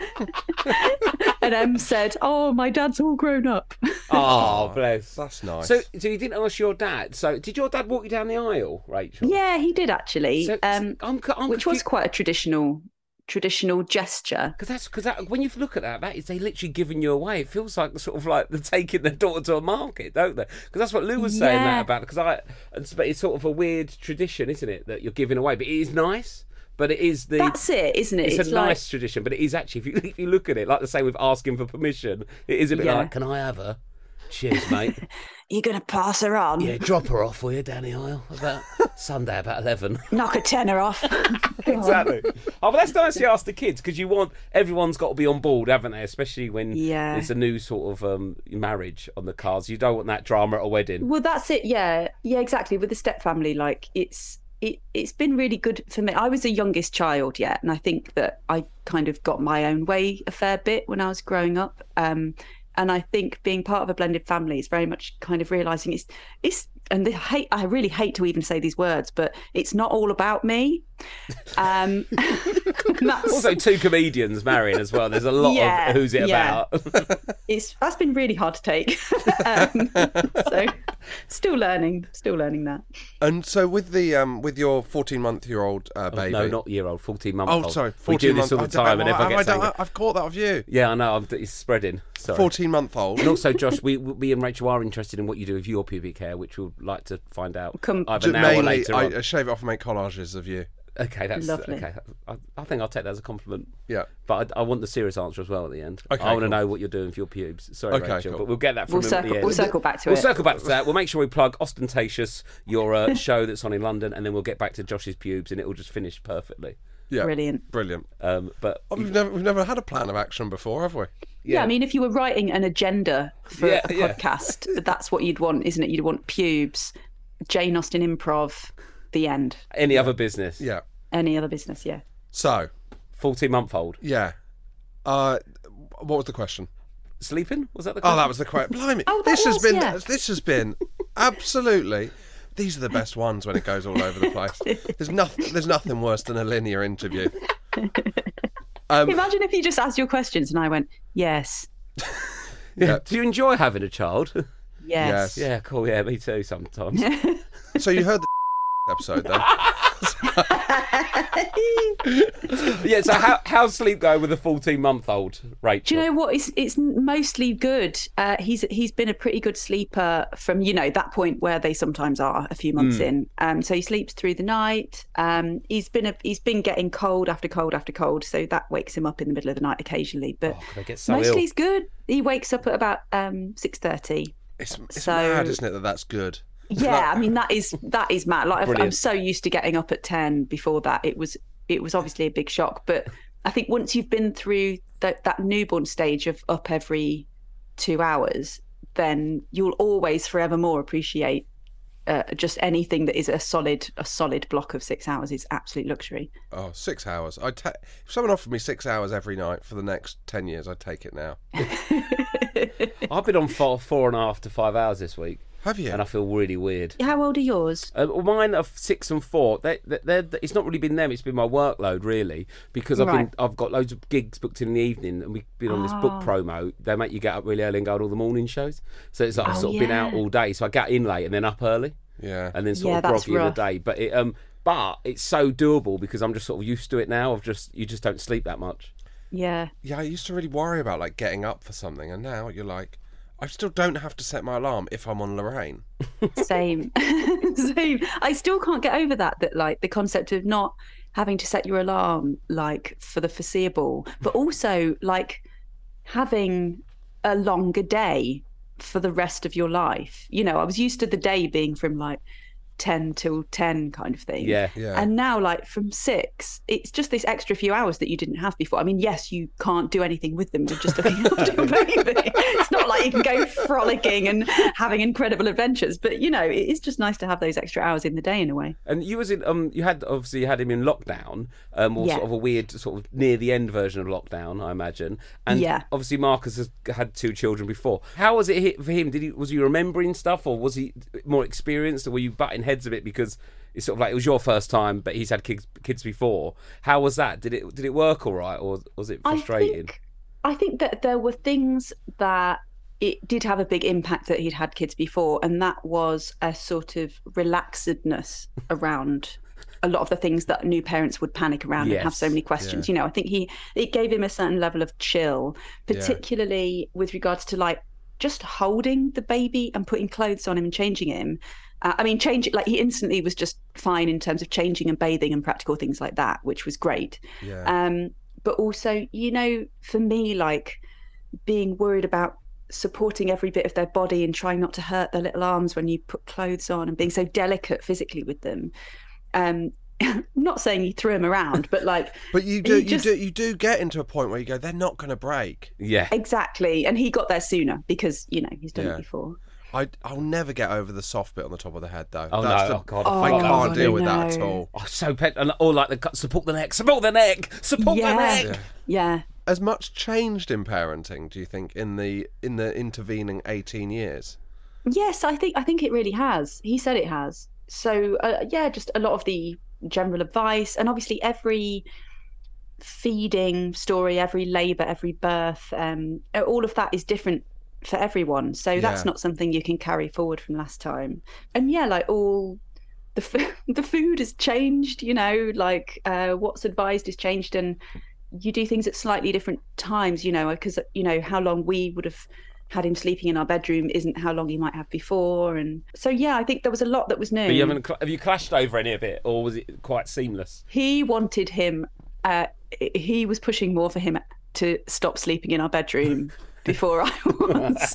Speaker 7: and em said oh my dad's all grown up
Speaker 6: Oh, bless.
Speaker 1: that's nice.
Speaker 6: So, so you didn't ask your dad. So, did your dad walk you down the aisle, Rachel?
Speaker 7: yeah he did actually
Speaker 6: So,
Speaker 7: um
Speaker 6: I'm, co- I'm
Speaker 7: which was
Speaker 6: confu-
Speaker 7: quite a traditional traditional gesture.
Speaker 6: Because that's because that, when you look at that, that is they literally giving you away. It feels like sort of like they're taking their daughter to a market, don't they? Because that's what Lou was saying
Speaker 7: Yeah.
Speaker 6: that about. Because I, it's, but it's sort of a weird tradition, isn't it, that you're giving away? But it is nice. But it is the
Speaker 7: That's it, isn't it?
Speaker 6: It's,
Speaker 7: It's
Speaker 6: a
Speaker 7: like-
Speaker 6: nice tradition, but it is actually if you *laughs* if you look at it, like the same with asking for permission, it is a bit
Speaker 7: Yeah.
Speaker 6: like, "Can I have her? Cheers,
Speaker 7: *laughs*
Speaker 6: mate.
Speaker 7: You're going to pass her on.
Speaker 6: yeah, drop her off, will you, down the aisle
Speaker 7: *laughs*
Speaker 6: about Sunday about eleven.
Speaker 7: Knock a tenner
Speaker 6: *laughs*
Speaker 7: off.
Speaker 6: exactly. Oh, but that's nice you ask the kids because you want everyone's got to be on board, haven't they? Especially when
Speaker 7: Yeah.
Speaker 6: there's a new sort of um, marriage on the cards. You don't want that drama at a wedding.
Speaker 7: Well, that's it. Yeah, yeah, exactly. With the step family, like it's it it's been really good for me. I was the youngest child, yeah, and I think that I kind of got my own way a fair bit when I was growing up. Um, and I think being part of a blended family is very much kind of realizing it's it's and the hate I really hate to even say these words, but it's not all about me. Um, *laughs* and
Speaker 6: *laughs*
Speaker 7: that's-
Speaker 6: Also, two comedians marrying as well. There's a lot
Speaker 7: Yeah,
Speaker 6: of who's it
Speaker 7: yeah.
Speaker 6: about. *laughs*
Speaker 7: it's that's been really hard to take. *laughs* um, so still learning, still learning that.
Speaker 1: And so with the um with your 14 month year old uh, baby.
Speaker 6: Oh, no, not year old, fourteen month
Speaker 1: Oh,
Speaker 6: old.
Speaker 1: sorry. 14
Speaker 6: we do this
Speaker 1: month-
Speaker 6: all
Speaker 1: I
Speaker 6: the
Speaker 1: don't
Speaker 6: time,
Speaker 1: know
Speaker 6: and
Speaker 1: why-
Speaker 6: everyone
Speaker 1: have I
Speaker 6: gets
Speaker 1: done-
Speaker 6: angry.
Speaker 1: I've caught that of you.
Speaker 6: Yeah, I know. I'm, it's spreading. Sorry.
Speaker 1: 14 month old.
Speaker 6: And also, Josh, we we and Rachel are interested in what you do with your pubic hair, which we'll like to find out
Speaker 7: Come-
Speaker 6: either
Speaker 1: Ju-
Speaker 6: now or
Speaker 1: mainly,
Speaker 6: later. on.
Speaker 1: I, uh, I shave it off and make collages of you.
Speaker 6: Okay, that's
Speaker 7: Lovely.
Speaker 6: okay. I, I think I'll take that as a compliment.
Speaker 1: Yeah.
Speaker 6: But I, I want the serious answer as well at the end.
Speaker 1: Okay,
Speaker 6: I want
Speaker 1: cool.
Speaker 6: to know what you're doing for your pubes. Sorry,
Speaker 1: Okay,
Speaker 6: Rachel,
Speaker 1: cool.
Speaker 6: but we'll get that from him
Speaker 7: We'll
Speaker 6: at
Speaker 7: circle,
Speaker 6: the end.
Speaker 7: we'll circle back to
Speaker 6: We'll
Speaker 7: it.
Speaker 6: circle back to that. We'll make sure we plug ostentatious your uh, *laughs* show that's on in London, and then we'll get back to Josh's pubes, and it will just finish perfectly.
Speaker 1: Yeah.
Speaker 7: Brilliant.
Speaker 1: Brilliant.
Speaker 6: Um, but
Speaker 1: Oh, we've never we've never had a plan of action before, have we?
Speaker 7: Yeah. I mean, if you were writing an agenda for
Speaker 6: Yeah,
Speaker 7: a
Speaker 6: yeah.
Speaker 7: podcast, that's what you'd want, isn't it? You'd want pubes, Jane Austen improv, the end.
Speaker 6: any other business?
Speaker 1: Yeah.
Speaker 7: Any other business, yeah.
Speaker 1: So,
Speaker 6: Fourteen month old
Speaker 1: yeah. Uh, what was the question?
Speaker 6: sleeping was that the?
Speaker 1: Oh,
Speaker 6: Question?
Speaker 1: that was the question. Blimey,
Speaker 7: Oh, that
Speaker 1: this has
Speaker 7: was,
Speaker 1: been
Speaker 7: yeah.
Speaker 1: this has been absolutely. These are the best ones when it goes all over
Speaker 7: *laughs*
Speaker 1: the place. There's nothing. There's nothing worse than a linear interview. Um,
Speaker 7: Imagine if you just asked your questions and I went, yes,
Speaker 1: yeah.
Speaker 6: *laughs* Do you enjoy having a child? *laughs*
Speaker 7: yes.
Speaker 1: Yes.
Speaker 6: yeah, cool. Yeah, me too. Sometimes.
Speaker 1: So you heard the *laughs* episode then?
Speaker 7: *laughs*
Speaker 6: yeah. So how how's sleep going with a fourteen month old Rachel?
Speaker 7: Do you know what? It's it's mostly good. Uh, he's he's been a pretty good sleeper from you know that point where they sometimes are a few
Speaker 6: Hmm.
Speaker 7: months in. Um, so he sleeps through the night. Um, he's been a, he's been getting cold after cold after cold. So that wakes him up in the middle of the night occasionally. But
Speaker 6: Oh, God, I get so
Speaker 7: mostly
Speaker 6: ill.
Speaker 7: he's good. He wakes up at about um, six thirty.
Speaker 1: It's, it's
Speaker 7: So-
Speaker 1: mad, isn't it? That that's good.
Speaker 7: Yeah, I mean that *laughs* is that is mad. Like I've- I'm
Speaker 6: Brilliant.
Speaker 7: so used to getting up at ten. Before that, it was it was obviously a big shock. But I think once you've been through that that newborn stage of up every two hours, then you'll always forevermore appreciate uh, just anything that is a solid a solid block of six hours is absolute luxury. *laughs*
Speaker 1: Oh, six hours. I ta- if someone offered me six hours every night for the next ten years, I'd take it now.
Speaker 6: I've been on four, four and a half to five hours this week,
Speaker 1: Have you?
Speaker 6: and I feel really weird.
Speaker 7: How old are yours?
Speaker 6: Uh, well, mine are six and four. They, they, they're, it's not really been them; it's been my workload, really, because I've been
Speaker 7: Right.
Speaker 6: I've got loads of gigs booked in the evening, and we've been on this
Speaker 7: Ah.
Speaker 6: book promo. They make you get up really early and go to all the morning shows, so it's like I've
Speaker 7: Oh,
Speaker 6: sort of been out
Speaker 7: yeah.
Speaker 6: all day. So I get in late and then up early,
Speaker 1: yeah.
Speaker 6: and then sort
Speaker 7: Yeah,
Speaker 6: of
Speaker 7: that's
Speaker 6: groggy in the
Speaker 7: rough.
Speaker 6: day. But it, um, but it's so doable because I'm just sort of used to it now. I've just you just don't sleep that much.
Speaker 7: Yeah,
Speaker 1: Yeah, I used to really worry about like getting up for something, and now you're like, I still don't have to set my alarm if I'm on Lorraine.
Speaker 7: same, *laughs* same. I still can't get over that. That like the concept of not having to set your alarm like for the foreseeable, but also like having a longer day for the rest of your life. You know, I was used to the day being from like ten till ten kind of thing.
Speaker 6: Yeah.
Speaker 1: Yeah.
Speaker 7: And now, like from six, it's just this extra few hours that you didn't have before. I mean, yes, you can't do anything with them. You're just looking after your baby. *laughs* It's not like you can go frolicking and having incredible adventures. But you know, it is just nice to have those extra hours in the day in a way.
Speaker 6: And you was in um you had obviously you had him in lockdown, um or
Speaker 7: Yeah.
Speaker 6: sort of a weird sort of near the end version of lockdown, I imagine. And
Speaker 7: Yeah.
Speaker 6: obviously Marcus has had two children before. How was it hit for him? Did he was he remembering stuff or was he more experienced or were you butting heads a bit because it's sort of like it was your first time but he's had kids kids before. How was that? Did it did it work all right or was it frustrating?
Speaker 7: I think, I think that there were things that it did have a big impact that
Speaker 6: *laughs*
Speaker 7: he'd had kids before, and that was a sort of relaxedness around a lot of the things that new parents would panic around and have
Speaker 6: Yes.
Speaker 7: so many questions.
Speaker 1: Yeah.
Speaker 7: You know, I think he it gave him a certain level of chill, particularly with regards to like just holding the baby and putting clothes on him and changing him. Uh, I mean, change like he instantly was just fine in terms of changing and bathing and practical things like that, which was great.
Speaker 1: Yeah.
Speaker 7: Um, but also, you know, for me, like being worried about supporting every bit of their body and trying not to hurt their little arms when you put clothes on and being so delicate physically with them. Um, *laughs* I'm not saying you threw him around, but like,
Speaker 1: But you do,
Speaker 7: he
Speaker 1: you
Speaker 7: just-
Speaker 1: do, you do get into a point where you go, they're not going to break.
Speaker 6: Yeah.
Speaker 7: exactly. And he got there sooner because you know he's done
Speaker 1: Yeah.
Speaker 7: it before.
Speaker 1: I, I'll never get over the soft bit on the top of the head, though.
Speaker 6: Oh,
Speaker 1: That's
Speaker 6: no.
Speaker 1: the-
Speaker 6: Oh, God, I
Speaker 1: I
Speaker 6: forgot
Speaker 1: can't
Speaker 6: about
Speaker 1: deal
Speaker 6: that.
Speaker 1: with that at
Speaker 7: No.
Speaker 1: all.
Speaker 6: Oh, so pet, and all like the cut- support the neck, support the neck, support
Speaker 7: Yeah.
Speaker 6: the neck.
Speaker 7: Yeah.
Speaker 1: As much changed in parenting, do you think, in the in the intervening eighteen years? *laughs*
Speaker 7: Yes, I think I think it really has. He said it has. So uh, yeah, just a lot of the general advice, and obviously every feeding story, every labour, every birth, um, all of that is different for everyone. So
Speaker 1: Yeah.
Speaker 7: that's not something you can carry forward from last time. And yeah, like all the f- *laughs* the food has changed. You know, like uh, what's advised is changed, and you do things at slightly different times. You know, because you know how long we would have had him sleeping in our bedroom isn't how long he might have before and so yeah i think there was a lot that was new
Speaker 6: But you haven't cl- have you clashed over any of it, or was it quite seamless?
Speaker 7: he wanted him uh he was pushing more for him to stop sleeping in
Speaker 1: *laughs*
Speaker 7: our bedroom before i was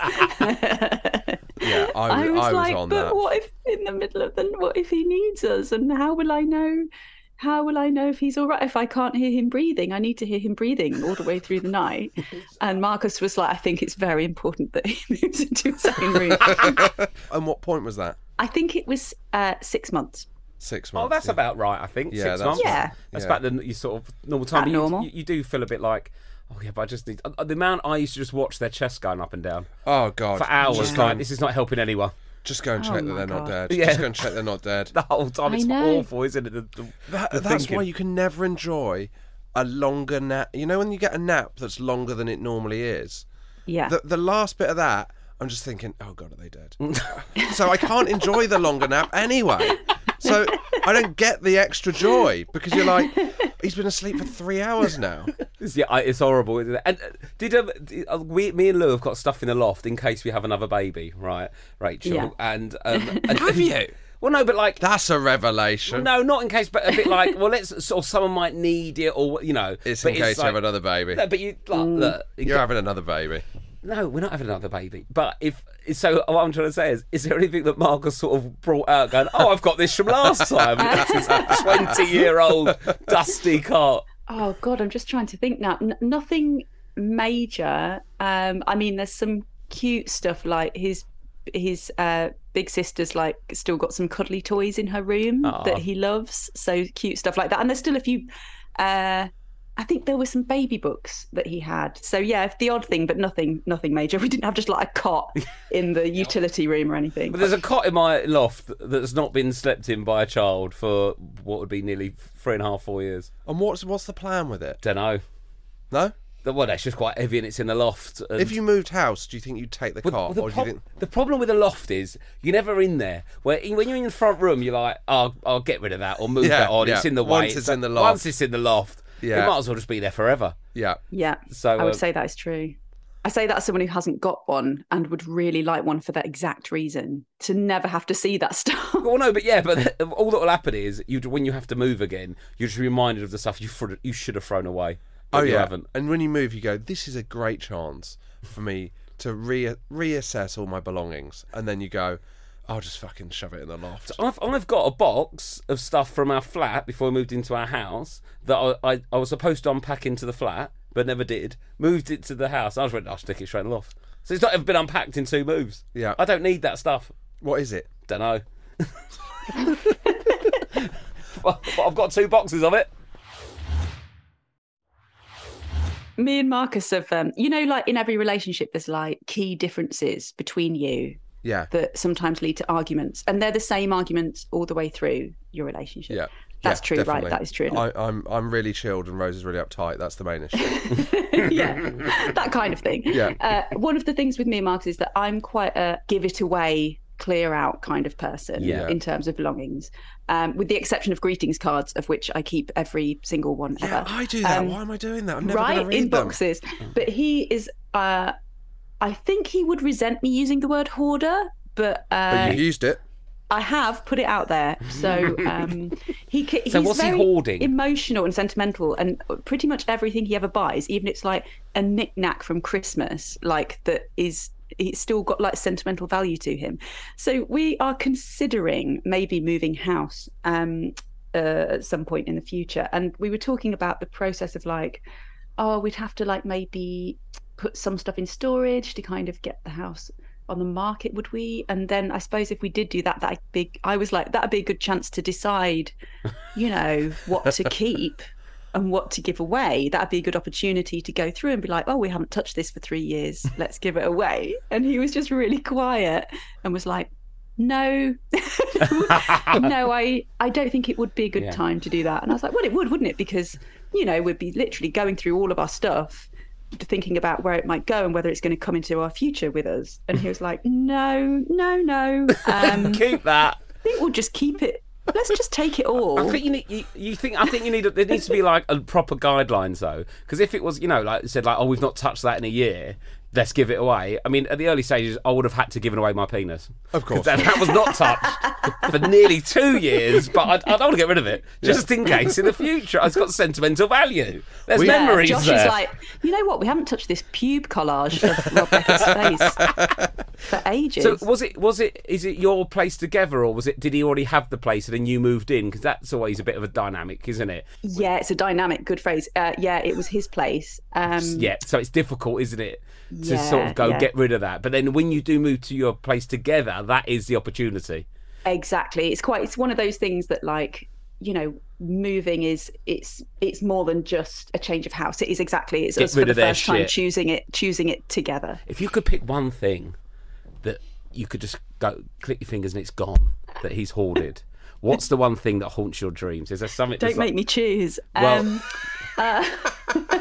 Speaker 1: Yeah, I,
Speaker 7: I
Speaker 1: w-
Speaker 7: was
Speaker 1: I
Speaker 7: like,
Speaker 1: on
Speaker 7: but
Speaker 1: that.
Speaker 7: what if in the middle of the what if he needs us? And how will I know? How will I know if he's all right if I can't hear him breathing? I need to hear him breathing all the way through the
Speaker 1: *laughs*
Speaker 7: night. And Marcus was like, I think it's very important that he *laughs* moves into his
Speaker 1: *laughs*
Speaker 7: own room.
Speaker 1: and what point was that?
Speaker 7: I think it was uh, six months.
Speaker 1: Six
Speaker 6: Oh,
Speaker 1: months.
Speaker 6: that's
Speaker 1: yeah.
Speaker 6: about right, I think.
Speaker 1: Yeah,
Speaker 6: Six
Speaker 1: that's
Speaker 6: months.
Speaker 7: Yeah.
Speaker 6: That's
Speaker 1: yeah.
Speaker 6: about the you sort of normal time.
Speaker 7: About
Speaker 6: But you,
Speaker 7: normal.
Speaker 6: You, you do feel a bit like, oh yeah, but I just need uh, the amount I used to just watch their chest going up and down
Speaker 1: Oh God!
Speaker 6: for hours.
Speaker 1: Just go,
Speaker 6: Like this is not helping anyone. *laughs*
Speaker 1: just go and check
Speaker 7: Oh,
Speaker 1: that
Speaker 7: my
Speaker 1: they're not
Speaker 7: God.
Speaker 1: dead.
Speaker 6: Yeah.
Speaker 1: Just go and check they're not dead.
Speaker 6: The whole time
Speaker 7: I
Speaker 6: it's
Speaker 7: know.
Speaker 6: awful, isn't it? The, the,
Speaker 1: That,
Speaker 6: the
Speaker 1: that's
Speaker 6: thinking.
Speaker 1: why you can never enjoy a longer nap. You know when you get a nap that's longer than it normally is.
Speaker 7: Yeah.
Speaker 1: The the last bit of that, I'm just thinking, oh God, are they dead? so I can't enjoy the longer nap anyway. So I don't get the extra joy because you're like, he's been asleep for three hours now.
Speaker 6: It's- Yeah, I- it's horrible. Isn't it? And uh, did, um, d- uh, we, me and Lou have got stuff in the loft in case we have another baby, right, Rachel?
Speaker 7: Yeah.
Speaker 6: And, um,
Speaker 1: *laughs*
Speaker 6: and have you? Well, no, but like
Speaker 1: That's a revelation.
Speaker 6: no, not in case, but a bit like well, let's sort of someone might need it or you know.
Speaker 1: It's
Speaker 6: but
Speaker 1: in case you
Speaker 6: like-
Speaker 1: have another baby.
Speaker 6: No, but you like, look, in
Speaker 1: You're having another baby.
Speaker 6: No, we're not having another baby. But if so, what I'm trying to say is, is there anything that Marcus sort of brought out? Going, oh, I've got this from last time. It's his twenty-year-old dusty cart.
Speaker 7: Oh God, I'm just trying to think now. N- nothing major. Um, I mean, there's some cute stuff like his his uh, big sister's like still got some cuddly toys in her room that he loves. So cute stuff like that. And there's still a few. Uh, I think there were some baby books that he had. So yeah, the odd thing, but nothing, nothing major. *laughs* We didn't have just like a cot in the utility room or anything.
Speaker 6: But there's a cot in my loft that's not been slept in by a child for what would be nearly three and a half, four years.
Speaker 1: And what's what's the plan with it?
Speaker 6: Don't know.
Speaker 1: No.
Speaker 6: Well, that's just quite heavy, and it's in the loft. And
Speaker 1: If you moved house, do you think you'd take the
Speaker 6: Well,
Speaker 1: car,
Speaker 6: well, the,
Speaker 1: or do
Speaker 6: prob-
Speaker 1: you think
Speaker 6: the problem with a loft is you're never in there. Where e, when you're in the front room, you're like, "I'll I'll get rid of that or move
Speaker 1: Yeah,
Speaker 6: that on.
Speaker 1: yeah.
Speaker 6: It's in the way.
Speaker 1: Once it's in the loft.
Speaker 6: Once it's in the loft,
Speaker 1: Yeah.
Speaker 6: it might as well just be there forever."
Speaker 1: Yeah.
Speaker 7: Yeah.
Speaker 6: So,
Speaker 7: I would
Speaker 6: uh,
Speaker 7: say that is true. I say that as someone who hasn't got one and would really like one for that exact reason to never have to see that *laughs* stuff.
Speaker 6: Well, no, but yeah, but *laughs* all that will happen is you when you have to move again, you're just reminded of the stuff you fr- you should have thrown away. but
Speaker 1: Oh
Speaker 6: you
Speaker 1: yeah.
Speaker 6: haven't.
Speaker 1: And when you move, you go. This is a great chance for me to re- reassess all my belongings, and then you go, I'll just fucking shove it in the loft.
Speaker 6: I've, I've got a box of stuff from our flat before we moved into our house that I, I, I was supposed to unpack into the flat, but never did. Moved it to the house. I was ready, I'll stick it straight in the loft. So it's not ever been unpacked in two moves.
Speaker 1: Yeah.
Speaker 6: I don't need that stuff.
Speaker 1: What is it?
Speaker 6: Don't know. *laughs* but, but I've got two boxes of it.
Speaker 7: Me and Marcus have, um, you know, like in every relationship, there's like key differences between you
Speaker 1: Yeah.
Speaker 7: that sometimes lead to arguments, and they're the same arguments all the way through your relationship.
Speaker 1: Yeah.
Speaker 7: That's
Speaker 1: Yeah,
Speaker 7: true,
Speaker 1: definitely.
Speaker 7: right? That is true. enough.
Speaker 1: I, I'm I'm really chilled, and Rose is really uptight. That's the main
Speaker 7: *laughs*
Speaker 1: issue. *laughs*
Speaker 7: yeah, that kind of thing.
Speaker 1: Yeah.
Speaker 7: Uh, one of the things with me and Marcus is that I'm quite a give it away clear out kind of person
Speaker 9: Yeah.
Speaker 7: in terms of belongings, um, with the exception of greetings cards, of which I keep every single one
Speaker 1: Yeah,
Speaker 7: ever.
Speaker 1: I do that.
Speaker 7: Um,
Speaker 1: Why am I doing that? I'm never
Speaker 7: right
Speaker 1: going to read
Speaker 7: in
Speaker 1: them. Oh.
Speaker 7: boxes. But he is. Uh, I think he would resent me using the word hoarder, but, uh,
Speaker 1: But you used it.
Speaker 7: I have put it out there.
Speaker 6: *laughs*
Speaker 7: So um, he ca-
Speaker 6: So
Speaker 7: he's
Speaker 6: what's he
Speaker 7: very
Speaker 6: hoarding?
Speaker 7: Emotional and sentimental, and pretty much everything he ever buys, even it's like a knickknack from Christmas, like that is it's still got like sentimental value to him. So we are considering maybe moving house um, uh, at some point in the future, and we were talking about the process of like, oh, we'd have to like maybe put some stuff in storage to kind of get the house on the market would we and then i suppose if we did do that that big i was like that'd be a good chance to decide you know what to keep and what to give away that'd be a good opportunity to go through and be like oh we haven't touched this for 3 years let's give it away and he was just really quiet and was like no *laughs* no i i don't think it would be a good
Speaker 6: Yeah.
Speaker 7: time to do that and i was like well it would wouldn't it because you know we'd be literally going through all of our stuff thinking about where it might go and whether it's going to come into our future with us. And he was like, no, no,
Speaker 6: *laughs*
Speaker 7: no. Um, I
Speaker 9: Keep that.
Speaker 7: think we'll just keep it. Let's just take it all.
Speaker 6: I think you need you, you think I think you need there needs to be like a proper guidelines though because if it was you know like said like oh we've not touched that in a year let's give it away I mean at the early stages I would have had to given away my penis
Speaker 1: Of
Speaker 6: 'Cause
Speaker 1: course.
Speaker 6: that, that was not touched for nearly two years but I, I don't want to get rid of it just in case in the future it's got sentimental value there's
Speaker 1: We-
Speaker 7: Yeah,
Speaker 6: memories
Speaker 7: Josh
Speaker 6: there
Speaker 7: is like, you know what? We haven't touched this pube collage of Rob Becker's
Speaker 6: *laughs*
Speaker 7: face for ages.
Speaker 6: so was it was it is it your place together or was it did he already have the place and then you moved in because that's always a bit of a dynamic isn't it
Speaker 7: yeah, it's a dynamic, good phrase. Uh, yeah, it was his place. Um,
Speaker 6: yeah so it's difficult isn't it to sort
Speaker 7: Yeah,
Speaker 6: of go
Speaker 7: yeah.
Speaker 6: get rid of that but then when you do move to your place together that is the opportunity
Speaker 7: Exactly. It's quite. It's one of those things that, like, you know, moving is it's it's more than just a change of house. It is exactly. It's
Speaker 6: Get
Speaker 7: us for
Speaker 6: rid
Speaker 7: the
Speaker 6: of their
Speaker 7: first time
Speaker 6: shit.
Speaker 7: choosing it, choosing it together.
Speaker 6: if you could pick one thing that you could just go click your fingers and it's gone that he's
Speaker 7: *laughs*
Speaker 6: hoarded what's the one thing that haunts your dreams is there something
Speaker 7: Don't
Speaker 6: that's
Speaker 7: make me choose.
Speaker 6: Well-
Speaker 7: um, *laughs*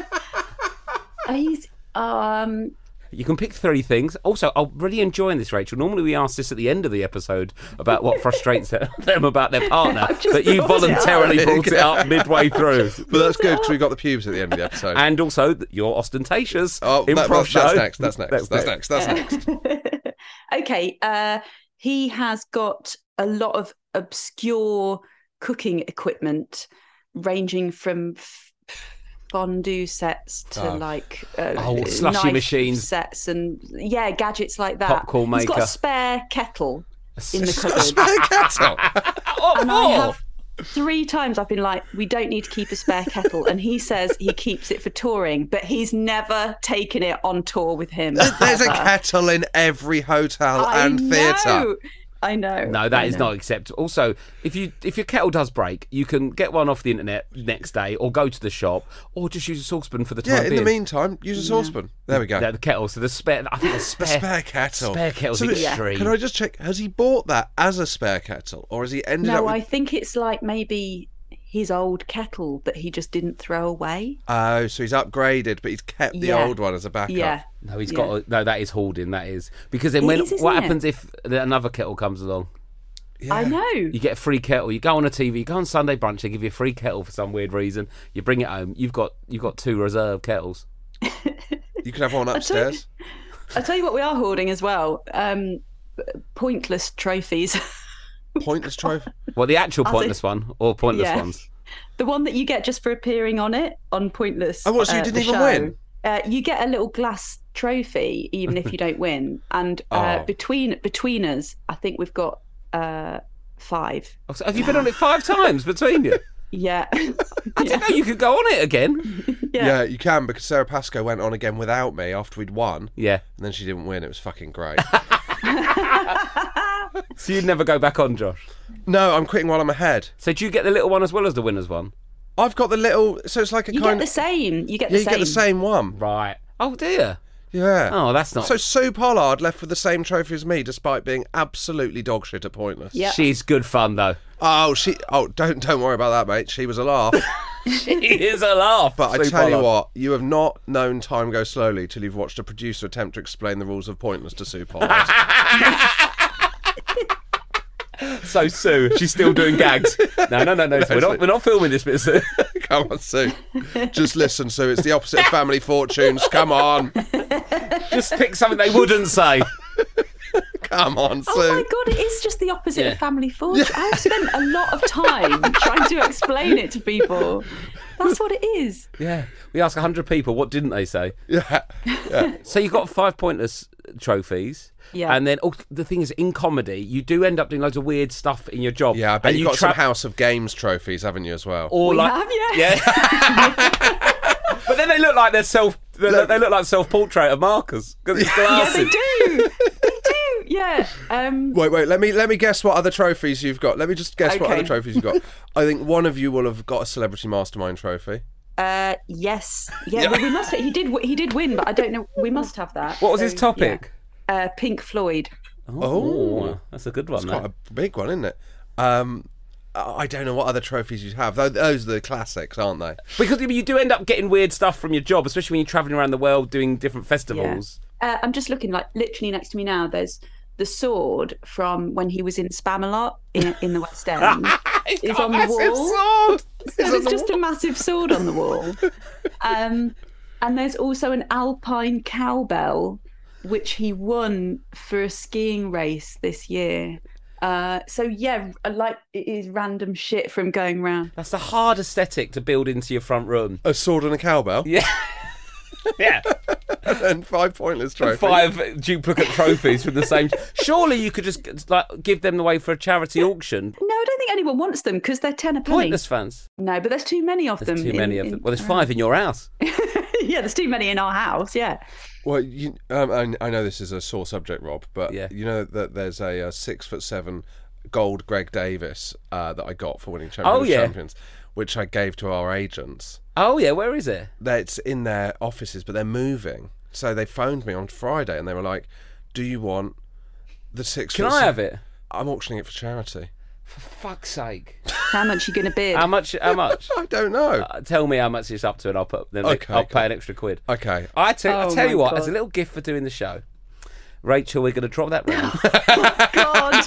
Speaker 7: uh, he's um.
Speaker 6: like- you can pick three things also i'm really enjoying this rachel normally we ask this at the end of the episode about what
Speaker 7: *laughs*
Speaker 6: frustrates them about their partner
Speaker 7: just
Speaker 6: but you
Speaker 7: brought it up.
Speaker 6: voluntarily brought it up midway through
Speaker 1: But that's good because we got the pubes at the end of the episode.
Speaker 6: and also th- your ostentatious
Speaker 1: oh, that-
Speaker 6: improv
Speaker 1: that's
Speaker 6: show
Speaker 1: next. That's next. That's next. That's next. *laughs*
Speaker 7: *laughs* okay. Uh, he has got a lot of obscure cooking equipment, ranging from f- fondue sets to
Speaker 1: Oh.
Speaker 7: like uh,
Speaker 6: Oh, slushy
Speaker 7: knife
Speaker 6: machines.
Speaker 7: sets and yeah, gadgets like that.
Speaker 6: Popcorn
Speaker 7: He's got
Speaker 6: maker.
Speaker 7: a spare kettle
Speaker 6: *laughs*
Speaker 1: *laughs*
Speaker 7: in the
Speaker 1: It's got a
Speaker 7: cupboard.
Speaker 1: spare kettle.
Speaker 6: What
Speaker 7: And I
Speaker 6: for?
Speaker 7: have three times I've been like, we don't need to keep a spare kettle. And he says he keeps it for touring, but he's never taken it on tour with him.
Speaker 1: *laughs*
Speaker 7: *laughs*
Speaker 1: There's a
Speaker 7: ever.
Speaker 1: kettle in every hotel
Speaker 7: I
Speaker 1: and theatre.
Speaker 7: know. I know.
Speaker 6: No, that is not acceptable. Also, if you if your kettle does break, you can get one off the internet next day, or go to the shop, or just use a saucepan for the time
Speaker 1: Yeah, in
Speaker 6: being.
Speaker 1: the meantime, use a saucepan. There we go.
Speaker 6: Yeah, the kettle, so the spare. I think the spare,
Speaker 1: spare kettle.
Speaker 6: Spare kettle's
Speaker 1: So it-
Speaker 6: extreme.
Speaker 1: Can I just check? Has he bought that as a spare kettle, or has he ended
Speaker 7: No,
Speaker 1: up?
Speaker 7: I
Speaker 1: With...
Speaker 7: think it's like maybe his old kettle that he just didn't throw away.
Speaker 1: Oh, so he's upgraded, but he's kept the
Speaker 7: Yeah.
Speaker 1: old one as a backup.
Speaker 7: Yeah.
Speaker 6: No, he's got. a- no, that is hoarding. That is because then
Speaker 7: It
Speaker 6: when
Speaker 7: is, isn't
Speaker 6: what
Speaker 7: it?
Speaker 6: happens if the- another kettle comes along?
Speaker 7: I know.
Speaker 6: You get a free kettle. You go on a TV. You go on Sunday brunch. They give you a free kettle for some weird reason. You bring it home. You've got you've got two reserve kettles.
Speaker 1: You can have one
Speaker 7: *laughs*
Speaker 1: upstairs.
Speaker 7: I'll tell you what we are hoarding as well. Um, pointless trophies. *laughs*
Speaker 1: Pointless trophy.
Speaker 6: Well, the actual
Speaker 7: I'll say-
Speaker 6: pointless one or pointless
Speaker 7: Yeah.
Speaker 6: ones.
Speaker 7: the one that you get just for appearing on it on Pointless.
Speaker 1: Oh, what, so you
Speaker 7: uh,
Speaker 1: didn't
Speaker 7: the
Speaker 1: even
Speaker 7: show.
Speaker 1: win?
Speaker 7: Uh, you get a little glass trophy, even
Speaker 1: *laughs*
Speaker 7: if you don't win. And uh,
Speaker 1: Oh.
Speaker 7: between between us, I think we've got uh, five.
Speaker 6: Oh, so Have you been on it five times between you?
Speaker 1: *laughs*
Speaker 7: Yeah. *laughs*
Speaker 6: I didn't know you could go on it again.
Speaker 1: Yeah. you can because Sarah Pascoe went on again without me after we'd won,
Speaker 6: Yeah.
Speaker 1: and then she didn't win. It was fucking great.
Speaker 6: *laughs*
Speaker 7: *laughs*
Speaker 6: So you'd never go back on, Josh.
Speaker 1: no, I'm quitting while I'm ahead.
Speaker 6: So do you get the little one as well as the winner's one?
Speaker 1: I've got the little. So it's like a
Speaker 7: You
Speaker 1: kind
Speaker 7: get the
Speaker 1: of.
Speaker 7: same. You get
Speaker 1: Yeah,
Speaker 7: the
Speaker 1: you
Speaker 7: same.
Speaker 1: get the same one.
Speaker 6: Right. Oh dear.
Speaker 1: Yeah.
Speaker 6: Oh, that's not.
Speaker 1: So Sue Pollard left with the same trophy as me, despite being absolutely dog shit at pointless.
Speaker 7: Yeah.
Speaker 6: She's good fun though.
Speaker 1: Oh, she. Oh, don't don't worry about that, mate. She was a *laughs* laugh.
Speaker 6: She is a laugh.
Speaker 1: But I
Speaker 6: Sue
Speaker 1: tell you
Speaker 6: Pollard.
Speaker 1: what, you have not known time go slowly *laughs* till you've watched a producer attempt to explain the rules of pointless to Sue Pollard.
Speaker 6: So Sue, she's still doing gags. No, no, no, no. we're not. We're not filming this bit, Sue.
Speaker 1: Come on, Sue. Just listen, Sue. It's the opposite of family fortunes. Come on.
Speaker 6: Just pick something they wouldn't say.
Speaker 1: Come on, Sue.
Speaker 7: Oh my god, it is just the opposite
Speaker 6: Yeah.
Speaker 7: of
Speaker 1: *laughs*
Speaker 7: family fortune. I've spent a lot of time trying to explain it to people. That's what it is.
Speaker 6: Yeah. We asked 100 people what didn't they say.
Speaker 1: Yeah.
Speaker 6: So you got five pointless trophies.
Speaker 7: Yeah.
Speaker 6: And then oh, the thing is, in comedy, you do end up doing loads of weird stuff in your job.
Speaker 1: Yeah, I bet
Speaker 6: and
Speaker 1: you've got some
Speaker 6: trap-
Speaker 1: House of Games trophies, haven't you, as well?
Speaker 6: Or
Speaker 7: We
Speaker 6: like,
Speaker 7: have, yeah. *laughs*
Speaker 6: but then they look like they're self. They look, they look like self-portrait of Marcus because it's
Speaker 7: Yeah,
Speaker 6: glasses.
Speaker 7: they do. They do. Yeah. Um,
Speaker 1: Wait, wait. Let me let me guess what other trophies you've got. Let me just guess what
Speaker 7: Okay.
Speaker 1: other trophies you've got. I think one of you will have got a celebrity mastermind trophy.
Speaker 7: uh, yes. Yeah. Well, we must. He did. He did win, but I don't know. We must have that.
Speaker 6: What was his
Speaker 7: So,
Speaker 6: topic?
Speaker 7: yeah. Uh, Pink Floyd.
Speaker 1: Oh.
Speaker 6: Ooh, that's a good one.
Speaker 1: Quite
Speaker 6: though.
Speaker 1: a big one, isn't it? Um, I I don't know what other trophies you have. Tho- Those are the classics, aren't they?
Speaker 6: Because you do end up getting weird stuff from your job, especially when you're traveling around the world doing different festivals.
Speaker 7: Uh, I'm just looking like literally next to me now. There's the sword from when he was in Spamalot in, in the West
Speaker 1: *laughs*
Speaker 7: End.
Speaker 6: *laughs*
Speaker 7: is on the wall. So there's just a massive sword on the wall. Um, and there's also an alpine cowbell, which he won for a skiing race this year. Uh, so yeah, I like it is random shit from going round.
Speaker 6: That's the hard aesthetic to build into your front room.
Speaker 1: A sword and a cowbell,
Speaker 6: Yeah. *laughs* yeah.
Speaker 1: *laughs* and five pointless trophies.
Speaker 6: Five duplicate trophies from the same. Surely you could just like give them away for a charity auction.
Speaker 7: No, I don't think anyone wants them because they're ten a penny.
Speaker 6: Pointless fans.
Speaker 7: No, but there's too many of
Speaker 6: There's
Speaker 7: them.
Speaker 6: too
Speaker 7: in-
Speaker 6: many of
Speaker 7: in-
Speaker 6: them. Well, there's five in your house.
Speaker 7: *laughs* yeah, there's too many in our house. Yeah.
Speaker 1: Well, you, um, I, I know this is a sore subject, Rob, but
Speaker 6: Yeah.
Speaker 1: you know that there's a, uh six foot seven gold Greg Davis uh, that I got for winning Champions,
Speaker 6: Oh, yeah.
Speaker 1: Champions, which I gave to our agents.
Speaker 6: Oh yeah, where is it?
Speaker 1: That's in their offices, but they're moving. So they phoned me on Friday and they were like, "Do you want the six?
Speaker 6: Can
Speaker 1: foot
Speaker 6: I
Speaker 1: se-
Speaker 6: have it?
Speaker 1: I'm auctioning it for charity.
Speaker 6: Fuck's sake!
Speaker 7: How much you gonna bid?
Speaker 6: How *laughs* much? How much?
Speaker 1: I don't know.
Speaker 6: Uh, tell me how much it's up to, and I'll put. Then
Speaker 1: Okay,
Speaker 6: I'll
Speaker 1: okay.
Speaker 6: pay an extra quid.
Speaker 1: Okay,
Speaker 6: I tell, I
Speaker 7: Oh
Speaker 6: tell you
Speaker 7: my
Speaker 6: what, as
Speaker 7: God.
Speaker 6: a little gift for doing the show, Rachel, we're going to drop
Speaker 7: *laughs*
Speaker 6: that round.
Speaker 7: God,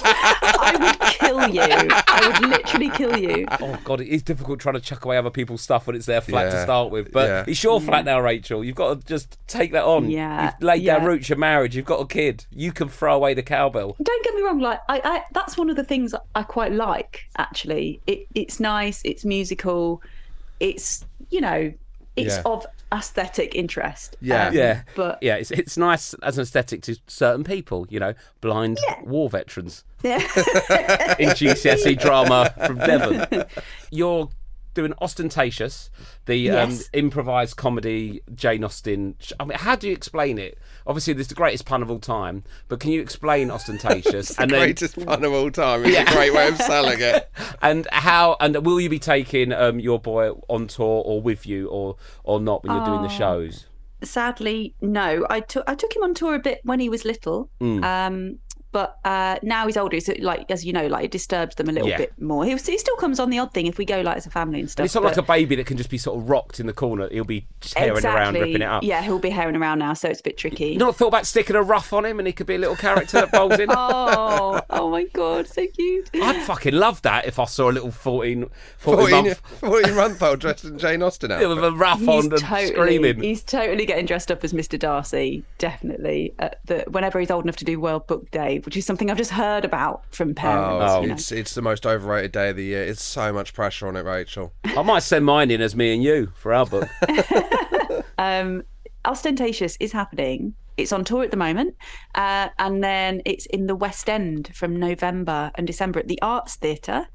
Speaker 7: I would kill you. I would literally kill you.
Speaker 6: oh God, *laughs* it is difficult trying to chuck away other people's stuff when it's their flat to
Speaker 1: Yeah,
Speaker 6: start with. But
Speaker 1: yeah.
Speaker 6: it's your flat now, Rachel. You've got to just take that on.
Speaker 7: Yeah,
Speaker 6: You've laid down
Speaker 7: yeah.
Speaker 6: roots. Your marriage. You've got a kid. You can throw away the cowbell.
Speaker 7: Don't get me wrong. Like I, I that's one of the things I quite like. Actually, it, it's nice. It's musical. It's you know, it's
Speaker 1: Yeah.
Speaker 7: of aesthetic interest. Um,
Speaker 1: Yeah.
Speaker 6: Yeah,
Speaker 7: but-
Speaker 6: yeah, it's it's nice as an aesthetic to certain people. You know, blind war veterans. *laughs* in GCSE E drama from Devon. *laughs* You're doing ostentatious, the um,
Speaker 7: Yes.
Speaker 6: improvised comedy Jane Austen. sh- I mean, how do you explain it? Obviously, this is the greatest pun of all time, but can you explain
Speaker 7: *laughs*
Speaker 6: ostentatious and then
Speaker 1: greatest fun of all time. It's a great way of
Speaker 6: *laughs*
Speaker 1: selling it.
Speaker 6: and how and will you be taking um, your boy on tour or with you or or not when you're doing
Speaker 7: Ah,
Speaker 6: the shows?
Speaker 7: *laughs* Sadly, no. I took I took him on tour a bit when he was little.
Speaker 6: Mm.
Speaker 7: Um, but uh, now he's older, so like as you know, like it disturbs them a little
Speaker 6: Yeah.
Speaker 7: bit more. He, was- he still comes on the odd thing if we go like as a family and stuff.
Speaker 6: It's not
Speaker 7: but-
Speaker 6: like a baby that can just be sort of rocked in the corner. He'll be tearing around, ripping it up.
Speaker 7: Yeah, he'll be herring around now, so it's a bit tricky.
Speaker 6: You not thought about sticking a ruff on him and he could be a little character that bowls in?
Speaker 7: *laughs* oh, oh my god, so cute.
Speaker 6: I'd fucking love that if I saw a little 14, 14,
Speaker 1: 14,
Speaker 6: month
Speaker 1: 14 month old dressed in Jane Austen
Speaker 6: with
Speaker 1: outfit.
Speaker 6: a rough on and screaming.
Speaker 7: he's totally getting dressed up as Mr. Darcy, definitely. At the, whenever he's old enough to do World Book Day, which is something I've just heard about from parents.
Speaker 1: Oh,
Speaker 6: Oh.
Speaker 1: it's it's the most overrated day of the year. It's so much pressure on it, Rachel.
Speaker 6: I might send mine in as me and you for our book.
Speaker 7: Um, Ostentatious is happening. It's on tour at the moment, uh, and then it's in the West End from November and December at the Arts Theatre,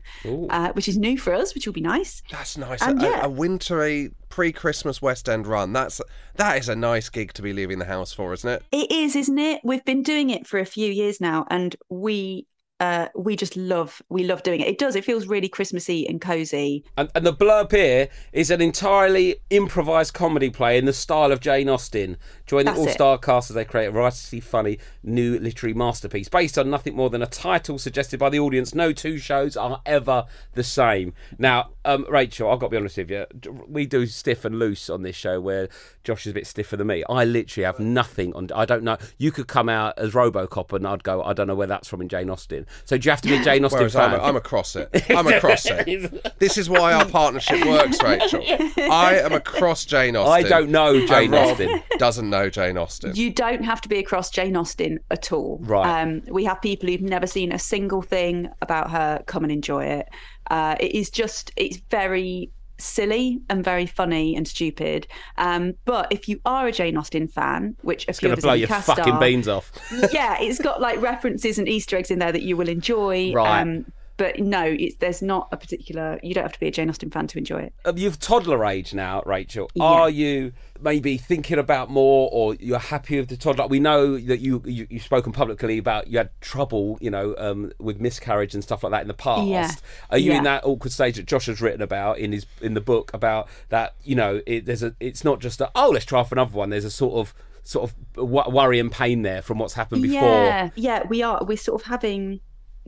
Speaker 7: uh, which is new for us, which will be nice.
Speaker 1: That's nice.
Speaker 7: And
Speaker 1: a,
Speaker 7: yeah.
Speaker 1: a wintry pre-Christmas West End run. That's that is a nice gig to be leaving the house for, isn't it?
Speaker 7: It is, isn't it? We've been doing it for a few years now, and we uh, we just love we love doing it. It does. It feels really Christmassy and cozy.
Speaker 6: And, and the blurb here is an entirely improvised comedy play in the style of Jane Austen. Join the
Speaker 7: That's
Speaker 6: all star cast as they create a variously funny new literary masterpiece based on nothing more than a title suggested by the audience. No two shows are ever the same. Now, um, Rachel, I've got to be honest with you. We do stiff and loose on this show where Josh is a bit stiffer than me. I literally have nothing on. I don't know. You could come out as Robocop and I'd go, I don't know where that's from in Jane Austen. So do you have to be a Jane Austen
Speaker 1: Whereas
Speaker 6: fan?
Speaker 1: I'm a, I'm across
Speaker 6: *laughs*
Speaker 1: it. I'm across it. This is why our partnership works,
Speaker 7: *laughs*
Speaker 1: Rachel. I am across Jane Austen.
Speaker 6: I don't
Speaker 1: *laughs*
Speaker 6: know Jane
Speaker 1: and Rob
Speaker 6: Austen.
Speaker 1: Doesn't know Jane Austen.
Speaker 7: You don't have to be across Jane Austen at all.
Speaker 6: Right.
Speaker 7: Um, we have people who've never seen a single thing about her come and enjoy it. Uh, it is just, it's very silly and very funny and stupid. Um, but if you are a Jane Austen fan, which a
Speaker 6: It's
Speaker 7: few
Speaker 6: going to
Speaker 7: of us
Speaker 6: blow
Speaker 7: in the
Speaker 6: your
Speaker 7: cast
Speaker 6: fucking
Speaker 7: are,
Speaker 6: beans off.
Speaker 7: *laughs* yeah, it's got like references and Easter eggs in there that you will enjoy. Um,
Speaker 6: Right.
Speaker 7: but no, it's, there's not a particular. You don't have to be a Jane Austen fan to enjoy it.
Speaker 6: Um, You've toddler age now, Rachel. Are you maybe thinking about more, or you're happy with the toddler? We know that you, you you've spoken publicly about you had trouble, you know, um, with miscarriage and stuff like that in the past.
Speaker 7: Yeah.
Speaker 6: Are you in
Speaker 7: Yeah.
Speaker 6: that awkward stage that Josh has written about in his in the book about that? You know, it, there's a. It's not just a oh, let's try for another one. There's a sort of sort of wo- worry and pain there from what's happened before.
Speaker 7: Yeah, yeah, we are. We're sort of having.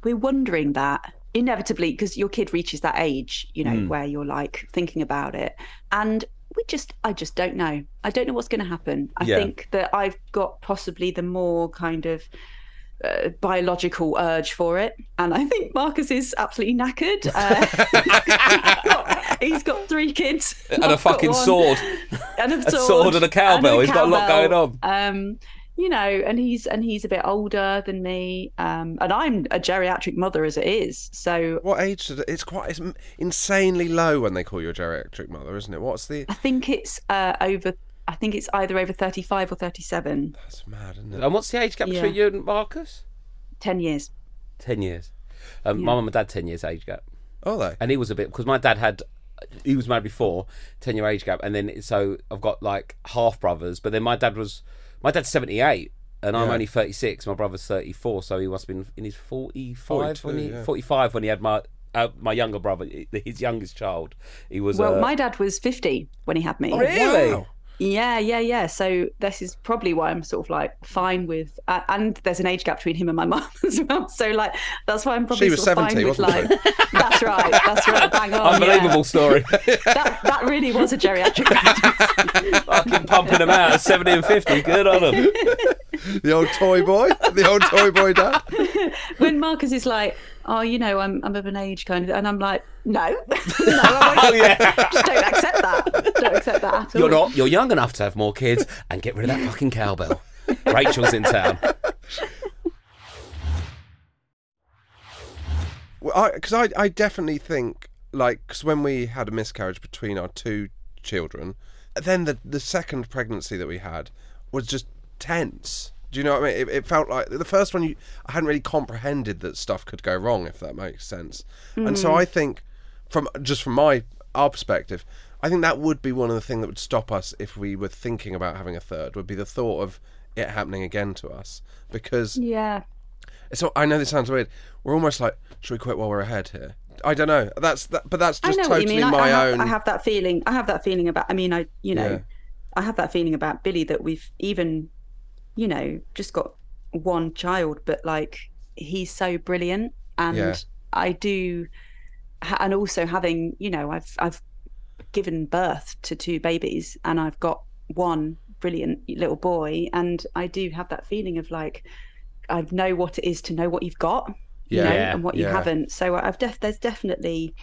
Speaker 7: We're wondering that inevitably because your kid reaches that age, you know,
Speaker 6: Mm.
Speaker 7: where you're like thinking about it, and we just, I just don't know. I don't know what's going to happen. I
Speaker 6: Yeah.
Speaker 7: think that I've got possibly the more kind of uh, biological urge for it. And I think Marcus is absolutely knackered. Uh, *laughs* he's, got, he's got three kids
Speaker 6: And a
Speaker 7: I've got
Speaker 6: fucking
Speaker 7: one.
Speaker 6: sword.
Speaker 7: and a
Speaker 6: A
Speaker 7: sword,
Speaker 6: sword and a cowbell. He's got a lot going
Speaker 7: cowbell. Um, you know, and he's and he's a bit older than me, um, and I'm a geriatric mother as it is. So
Speaker 1: What age? Did it, it's quite it's insanely low when they call you a geriatric mother, isn't it? What's the?
Speaker 7: I think it's uh, over. I think it's either over 35 or 37.
Speaker 1: That's mad, isn't it?
Speaker 6: And what's the age gap
Speaker 7: Yeah.
Speaker 6: between you and Marcus?
Speaker 7: 10 years.
Speaker 6: Ten years. Um, My mum and dad ten years age gap.
Speaker 1: Are they?
Speaker 6: and he was a bit because my dad had he was married before 10 year age gap and then so i've got like half brothers but then my dad was my dad's 78 and i'm
Speaker 1: Yeah.
Speaker 6: only 36 my brother's 34 so he must have been in his 45 when
Speaker 1: 42,
Speaker 6: he
Speaker 1: yeah.
Speaker 6: 45 when he had my uh, my younger brother his youngest child he was
Speaker 7: well,
Speaker 6: uh, Oh,
Speaker 7: my dad was 50 when he had me.
Speaker 6: really
Speaker 1: Wow.
Speaker 7: Yeah, yeah, yeah. So this is probably why I'm sort of like fine with, uh, and there's an age gap between him and my *laughs* mum as well. So like that's why I'm probably
Speaker 1: She was
Speaker 7: sort of
Speaker 1: 70,
Speaker 7: fine with
Speaker 1: wasn't
Speaker 7: like. *laughs* that's right, that's
Speaker 6: *laughs*
Speaker 7: right. Bang on. *laughs*
Speaker 6: *laughs*
Speaker 7: yeah.
Speaker 6: unbelievable story *laughs*
Speaker 7: that, that really was a geriatric practice.
Speaker 6: fucking pumping them out at 70 and 50 good on them
Speaker 7: *laughs*
Speaker 1: The old toy boy, the old toy boy dad.
Speaker 7: when Marcus is like, "Oh, you know, I'm I'm of an age kind of," and I'm like, "No, *laughs* no, i just don't accept that. Don't accept that at all."
Speaker 6: Oh, you're not you're young enough to have more kids and get rid of that fucking cowbell rachel's in town
Speaker 1: Because I, I definitely think like 'cause when we had a miscarriage between our two children, then the the second pregnancy that we had was just tense. Do you know what I mean? It, it felt like the first one you I hadn't really comprehended that stuff could go wrong if that makes sense. And so I think from just from my our perspective, I think that would be one of the things that would stop us if we were thinking about having a third would be the thought of it happening again to us because
Speaker 7: Yeah,
Speaker 1: so I know this sounds weird. We're almost like, should we quit while we're ahead here? I don't know. That's that, but that's
Speaker 7: I
Speaker 1: just
Speaker 7: know what you
Speaker 1: totally
Speaker 7: mean. I,
Speaker 1: my
Speaker 7: I, have,
Speaker 1: own.
Speaker 7: I have that feeling. I have that feeling about. I mean, I you know,
Speaker 1: Yeah.
Speaker 7: I have that feeling about Billy that we've even, you know, just got one child, but like he's so brilliant, and
Speaker 1: Yeah.
Speaker 7: I do, ha- and also having you know, I've I've given birth to two babies, and I've got one brilliant little boy, and I do have that feeling of like I know what it is to know what you've got, you know,
Speaker 6: Yeah,
Speaker 7: and what you
Speaker 1: yeah.
Speaker 7: haven't. So I've def- there's definitely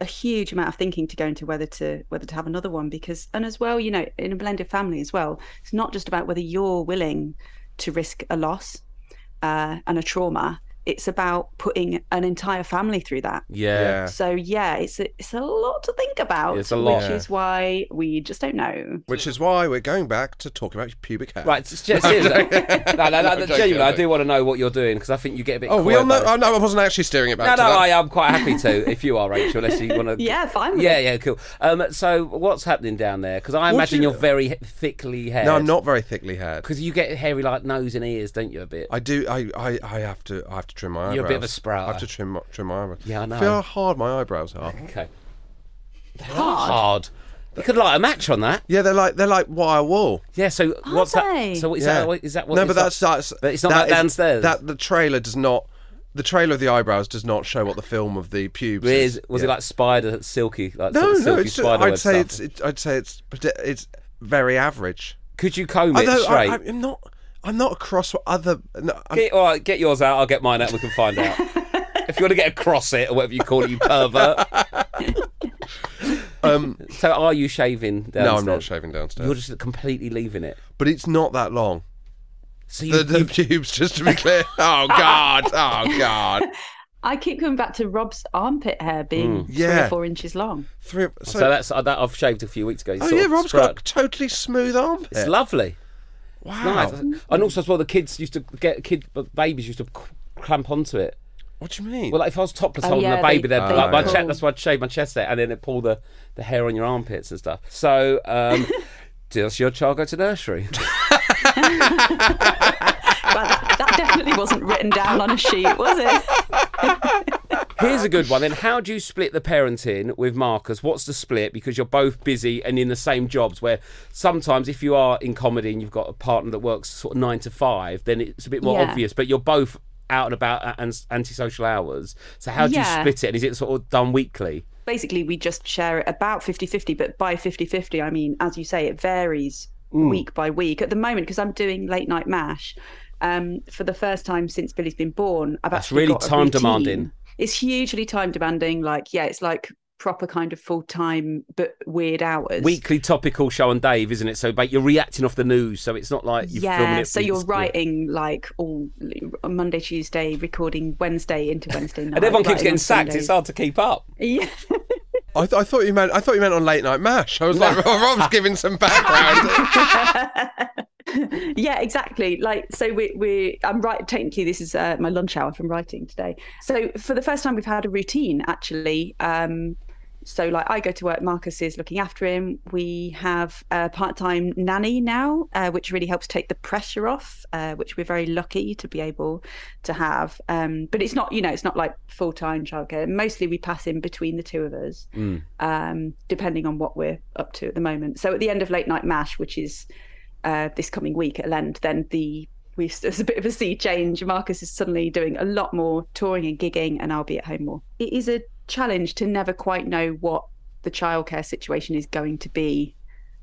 Speaker 7: a huge amount of thinking to go into whether to whether to have another one because and as well you know in a blended family as well it's not just about whether you're willing to risk a loss uh, and a trauma it's about putting an entire family through that
Speaker 6: yeah.
Speaker 1: yeah,
Speaker 7: so yeah it's a, it's a lot to think about
Speaker 6: It's a lot.
Speaker 7: which is why we just don't know
Speaker 1: which is why we're going back to talking about your pubic hair.
Speaker 6: Right, s-
Speaker 1: *laughs*
Speaker 6: s- seriously. no, no, no,
Speaker 1: joking,
Speaker 6: genuinely,
Speaker 1: I'm
Speaker 6: I do want to know what you're doing because I think you get a bit.
Speaker 1: Oh, we
Speaker 6: coy
Speaker 1: all know.
Speaker 6: about
Speaker 1: Oh,
Speaker 6: it.
Speaker 1: no, I wasn't actually steering it
Speaker 6: No,
Speaker 1: back.
Speaker 6: no,
Speaker 1: to that.
Speaker 6: I am quite happy to if you are Rachel, unless you
Speaker 7: *laughs*
Speaker 6: want to.
Speaker 7: yeah fine with
Speaker 6: Yeah,
Speaker 7: it.
Speaker 6: yeah, cool. Um, so what's happening down there? Because I
Speaker 1: What
Speaker 6: imagine
Speaker 1: do
Speaker 6: you...
Speaker 1: you-
Speaker 6: are very h- thickly haired.
Speaker 1: No, I'm not very thickly haired.
Speaker 6: Because you get hairy like nose and ears, don't you? A bit.
Speaker 1: I do. I, I, I have to. I have to trim my eyebrows.
Speaker 6: You're a bit of a
Speaker 1: I have
Speaker 6: sprouter.
Speaker 1: to trim my- trim my eyebrows.
Speaker 6: Yeah, I know.
Speaker 1: Feel how hard my eyebrows are.
Speaker 6: Okay. Hard. Hard. You could light a match on that.
Speaker 1: Yeah, they're like they're like wire wool.
Speaker 6: Yeah. So what's that?
Speaker 7: they?
Speaker 6: So what is
Speaker 1: yeah.
Speaker 6: that? What, is that what?
Speaker 1: No,
Speaker 6: is
Speaker 1: but
Speaker 6: that-
Speaker 1: that's that's.
Speaker 6: But it's not
Speaker 1: that
Speaker 6: that
Speaker 1: is-
Speaker 6: downstairs.
Speaker 1: That the trailer does not. The trailer of the eyebrows does not show what the film of the pubes is.
Speaker 6: Is- was
Speaker 1: Yeah.
Speaker 6: it like spider silky? Like
Speaker 1: No,
Speaker 6: sort of
Speaker 1: no,
Speaker 6: silky
Speaker 1: it's just,
Speaker 6: spider
Speaker 1: I'd say
Speaker 6: stuff?
Speaker 1: it's, it, I'd say it's, predi- it's very average.
Speaker 6: Could you comb it
Speaker 1: Although
Speaker 6: straight?
Speaker 1: I, I'm not. I'm not across what other. No, I'm-
Speaker 6: Get, all right, get yours out. I'll get mine out. We can find out. if you want to get across it or whatever you call it, you pervert.
Speaker 1: *laughs* um,
Speaker 6: So, are you shaving? Downstairs?
Speaker 1: no, I'm not shaving downstairs.
Speaker 6: You're just completely leaving it.
Speaker 1: But it's not that long.
Speaker 6: So you,
Speaker 1: The, the *laughs* pubes, just to be
Speaker 6: *laughs*
Speaker 1: clear. Oh God! Oh God!
Speaker 7: I keep going back to Rob's armpit hair
Speaker 6: Hmm.
Speaker 7: being three
Speaker 1: Yeah.
Speaker 7: or four inches long.
Speaker 1: Three. of-
Speaker 6: so,
Speaker 1: So,
Speaker 6: that's uh, that I've shaved a few weeks ago. You
Speaker 1: oh
Speaker 6: sort
Speaker 1: yeah,
Speaker 6: of
Speaker 1: Rob's
Speaker 6: sprout.
Speaker 1: got a totally smooth armpit.
Speaker 6: It's lovely.
Speaker 1: wow.
Speaker 6: Nice.
Speaker 1: Oh.
Speaker 6: And also as well, the kids used to get kid babies used to c- clamp onto it.
Speaker 1: What do you mean?
Speaker 6: Well, like if I was topless
Speaker 7: Oh,
Speaker 6: holding
Speaker 7: yeah,
Speaker 6: a baby,
Speaker 7: they-
Speaker 6: they'd be
Speaker 7: they
Speaker 6: like my
Speaker 7: pull.
Speaker 6: chest. That's why I'd shave my chest out, and then they'd pull the, the hair on your armpits and stuff. So,
Speaker 7: *laughs*
Speaker 6: um, does your child go to nursery?
Speaker 7: Well, that, that definitely wasn't written down on a sheet, was
Speaker 6: *laughs*
Speaker 7: it?
Speaker 6: Here's a good one. Then, how do you split the parenting with Marcus? What's the split? Because you're both busy and in the same jobs. Where sometimes, if you are in comedy and you've got a partner that works sort of nine to five, then it's a bit more
Speaker 7: Yeah.
Speaker 6: obvious. But you're both out and about at ans- antisocial hours. So, how do
Speaker 7: Yeah.
Speaker 6: you split it? And is it sort of done weekly?
Speaker 7: Basically, we just share it about 50 50, but by 50 50, I mean, as you say, it varies
Speaker 6: Mm.
Speaker 7: week by week. At the moment, because I'm doing late night mash, um, for the first time since Billy's been born, I've
Speaker 6: That's
Speaker 7: actually
Speaker 6: really
Speaker 7: got a
Speaker 6: time
Speaker 7: routine.
Speaker 6: demanding.
Speaker 7: It's hugely time demanding. Like, yeah, it's like proper kind of full time, but weird hours.
Speaker 6: Weekly topical show on Dave, isn't it? So, but you're reacting off the news. So it's not like you're filming
Speaker 7: yeah,
Speaker 6: it.
Speaker 7: so
Speaker 6: for-
Speaker 7: you're writing like all on Monday, Tuesday, recording Wednesday into Wednesday night.
Speaker 6: *laughs* And everyone keeps
Speaker 7: writing
Speaker 6: getting
Speaker 7: on
Speaker 6: sacked.
Speaker 7: Sunday.
Speaker 6: It's hard to keep up.
Speaker 7: *laughs* Yeah.
Speaker 1: I, th- I thought you meant I thought you meant on late night mash. I was like, Rob's giving
Speaker 6: *laughs*
Speaker 1: some background.
Speaker 7: *laughs* yeah, exactly. Like, so we we I'm right. Technically, this is uh, my lunch hour from writing today. So for the first time, we've had a routine actually. Um, so like, I go to work. Marcus is looking after him. We have a part-time nanny now, uh, which really helps take the pressure off, uh, which we're very lucky to be able to have. Um, but it's not, you know, it's not like full-time childcare. Mostly, we pass in between the two of us um, depending on what we're up to at the moment. So at the end of late night mash, which is uh, this coming week at Lend, then the we *laughs* there's a bit of a sea change. Marcus is suddenly doing a lot more touring and gigging, and I'll be at home more. It is a challenge to never quite know what the childcare situation is going to be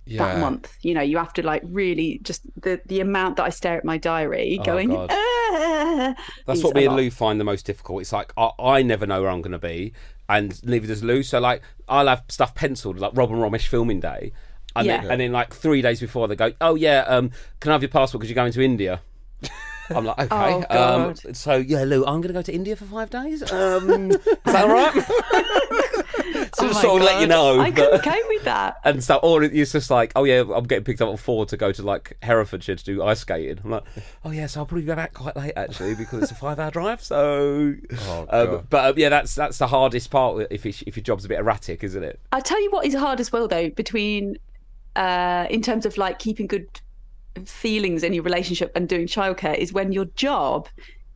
Speaker 7: that month. You know, you have to like really just the the amount that I stare at my diary,
Speaker 6: Oh,
Speaker 7: going.
Speaker 6: God.
Speaker 7: "Ah,"
Speaker 6: That's
Speaker 7: is
Speaker 6: what
Speaker 7: a
Speaker 6: me and
Speaker 7: lot.
Speaker 6: Lou find the most difficult. It's like I, I never know where I'm going to be, and neither does Lou. So like I'll have stuff penciled, like Rob and Romesh filming day, and then
Speaker 7: Yeah.
Speaker 6: and then like three days before they go, oh yeah, um, can I have your passport because you're going to India? *laughs* I'm like, okay.
Speaker 7: *laughs* Oh, God.
Speaker 6: um, so yeah, Lou, I'm going to go to India for five days. Um, is that all
Speaker 7: *laughs*
Speaker 6: right? *laughs* so
Speaker 7: Oh
Speaker 6: just
Speaker 7: my
Speaker 6: sort of let you
Speaker 7: God.
Speaker 6: know.
Speaker 7: I
Speaker 6: that-
Speaker 7: couldn't cope with that.
Speaker 6: and so, or it's just like, oh yeah, I'm getting picked up at four to go to like Herefordshire to do ice skating. I'm like, oh yeah, so I'll probably be back quite late actually because it's a five-hour drive. So,
Speaker 1: *laughs*
Speaker 6: um,
Speaker 1: Oh, God.
Speaker 6: but um, yeah, that's that's the hardest part if it, if your job's a bit erratic, isn't it?
Speaker 7: I tell you what is hard as well though between uh in terms of like keeping good feelings in your relationship and doing childcare is when your job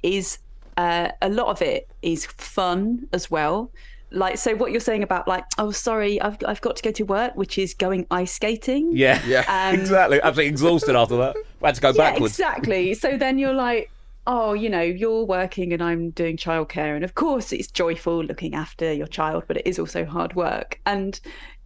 Speaker 7: is uh, a lot of it is fun as well like so what you're saying about like oh sorry I've I've got to go to work which is going ice skating
Speaker 6: Yeah,
Speaker 1: Yeah.
Speaker 6: *laughs*
Speaker 7: Um,
Speaker 6: exactly. Absolutely exhausted after that. We had to go
Speaker 7: yeah,
Speaker 6: backwards.
Speaker 7: exactly. So then you're like, oh, you know, you're working and I'm doing childcare. And of course, it's joyful looking after your child, but it is also hard work. And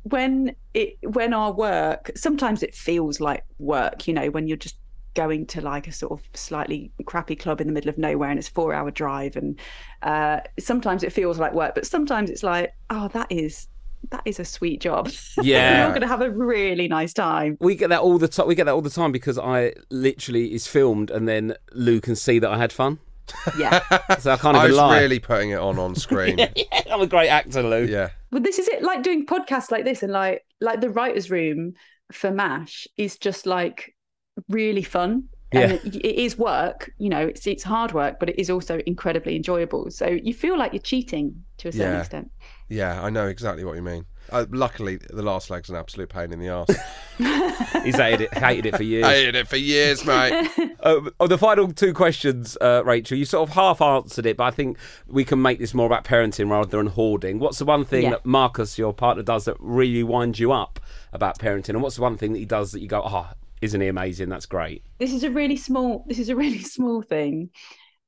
Speaker 7: when it when our work sometimes it feels like work you know when you're just going to like a sort of slightly crappy club in the middle of nowhere and it's a four hour drive and uh sometimes it feels like work but sometimes it's like oh that is that is a sweet job *laughs*
Speaker 6: Yeah.
Speaker 7: you're gonna have a really nice time
Speaker 6: We get that all the time. We get that all the time because I literally is filmed, and then Lou can see that I had fun,
Speaker 7: yeah
Speaker 6: so I can't
Speaker 1: *laughs* I
Speaker 6: even
Speaker 1: was
Speaker 6: lie.
Speaker 1: really putting it on on screen. yeah.
Speaker 6: *laughs* I'm a great actor, Lou.
Speaker 7: Well, this is it. Like doing podcasts like this, and like like the writers' room for Mash is just like really fun. And
Speaker 6: Yeah.
Speaker 7: it, it is work, you know. It's it's hard work, but it is also incredibly enjoyable. So you feel like you're cheating to a certain
Speaker 1: Yeah.
Speaker 7: extent.
Speaker 1: Yeah, I know exactly what you mean. Uh, luckily, the last leg's an absolute pain in the ass.
Speaker 6: He's hated it, *laughs* hated
Speaker 1: *laughs*
Speaker 6: it for years.
Speaker 1: I hated it for years,
Speaker 7: *laughs*
Speaker 1: mate.
Speaker 6: Uh, oh, the final two questions, uh, Rachel, you sort of half answered it, but I think we can make this more about parenting rather than hoarding. What's the one thing
Speaker 7: Yeah.
Speaker 6: that Marcus, your partner, does that really winds you up about parenting? And what's the one thing that he does that you go, oh, isn't he amazing? That's great.
Speaker 7: This is a really small. This is a really *laughs* small thing.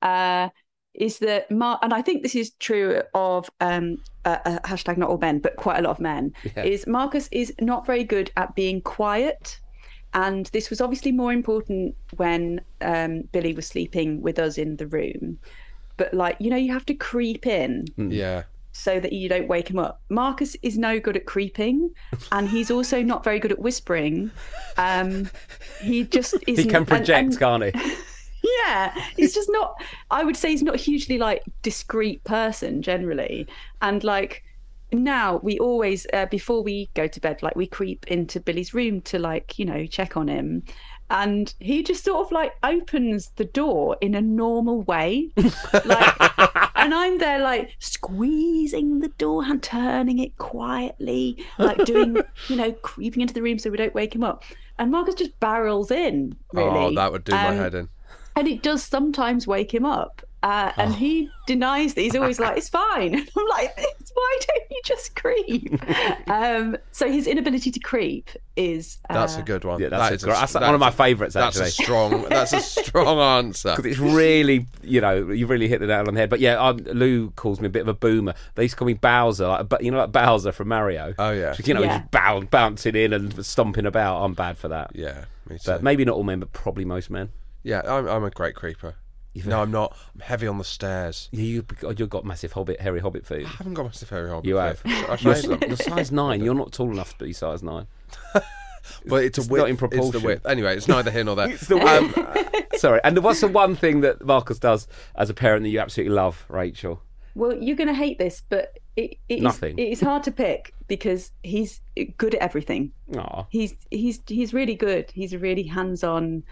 Speaker 7: Uh, is that Mar- and I think this is true of um, uh, uh, hashtag not all men, but quite a lot of men. Is Marcus is not very good at being quiet. And this was obviously more important when um, Billy was sleeping with us in the room. But, like, you know, you have to creep in
Speaker 1: Yeah.
Speaker 7: so that you don't wake him up. Marcus is no good at creeping, and he's also not very good at whispering. Um, he just
Speaker 6: *laughs*
Speaker 7: is.
Speaker 6: He can project, can't he?
Speaker 7: *laughs* yeah, he's just not. I would say he's not a hugely like discreet person generally, and like now we always uh, before we go to bed like we creep into Billy's room to like you know check on him. And he just sort of like opens the door in a normal way, like, and I'm there like squeezing the door and turning it quietly, like doing, you know, creeping into the room so we don't wake him up. And Marcus just barrels in. Really,
Speaker 1: Oh, that would do my
Speaker 7: Um,
Speaker 1: head in.
Speaker 7: and it does sometimes wake him up. Uh,
Speaker 1: Oh.
Speaker 7: and he denies that he's always like, it's fine. *laughs* And I'm like, "It's- why don't you just
Speaker 1: *laughs*
Speaker 7: creep? um, so his inability to creep is. Uh,
Speaker 1: That's a good one.
Speaker 6: Yeah, that's,
Speaker 1: That
Speaker 6: a
Speaker 1: is
Speaker 6: gr- that's
Speaker 1: that
Speaker 6: one of
Speaker 1: is
Speaker 6: my
Speaker 1: a-
Speaker 6: favourites,
Speaker 1: That's
Speaker 6: actually.
Speaker 1: a strong.
Speaker 6: *laughs*
Speaker 1: That's a strong answer.
Speaker 6: Because it's really, you know, you really hit the nail on the head. But yeah, um, Lou calls me a bit of a boomer. They used to call me Bowser, like, but you know, like Bowser from Mario.
Speaker 1: Oh, yeah.
Speaker 6: So, you know,
Speaker 7: Uh, Yeah.
Speaker 6: just bow, bouncing in and stomping about. I'm bad for that.
Speaker 1: Yeah, me too.
Speaker 6: But maybe not all men, but probably most men.
Speaker 1: yeah, I'm, I'm a great creeper. No, I'm not. I'm heavy on the stairs.
Speaker 6: You, you, God, you've got massive hobbit, hairy hobbit feet.
Speaker 1: I haven't got much of fairy hobbit.
Speaker 6: You
Speaker 1: feet.
Speaker 6: have.
Speaker 1: Should I show
Speaker 6: You're,
Speaker 1: you them?
Speaker 6: *laughs* you're size nine. You're not tall enough to be size nine.
Speaker 1: but it's a
Speaker 6: it's
Speaker 1: width.
Speaker 6: not in
Speaker 1: It's
Speaker 6: proportion.
Speaker 1: the width. Anyway, it's neither here nor
Speaker 6: *laughs*
Speaker 1: there.
Speaker 6: It's the one. Um, *laughs* Sorry. And what's the one thing that Marcus does as a parent that you absolutely love, Rachel?
Speaker 7: well, you're going to hate this, but it, it is-
Speaker 6: Nothing.
Speaker 7: it is hard to pick because he's good at everything.
Speaker 6: Aw.
Speaker 7: he's he's he's really good. He's a really hands-on,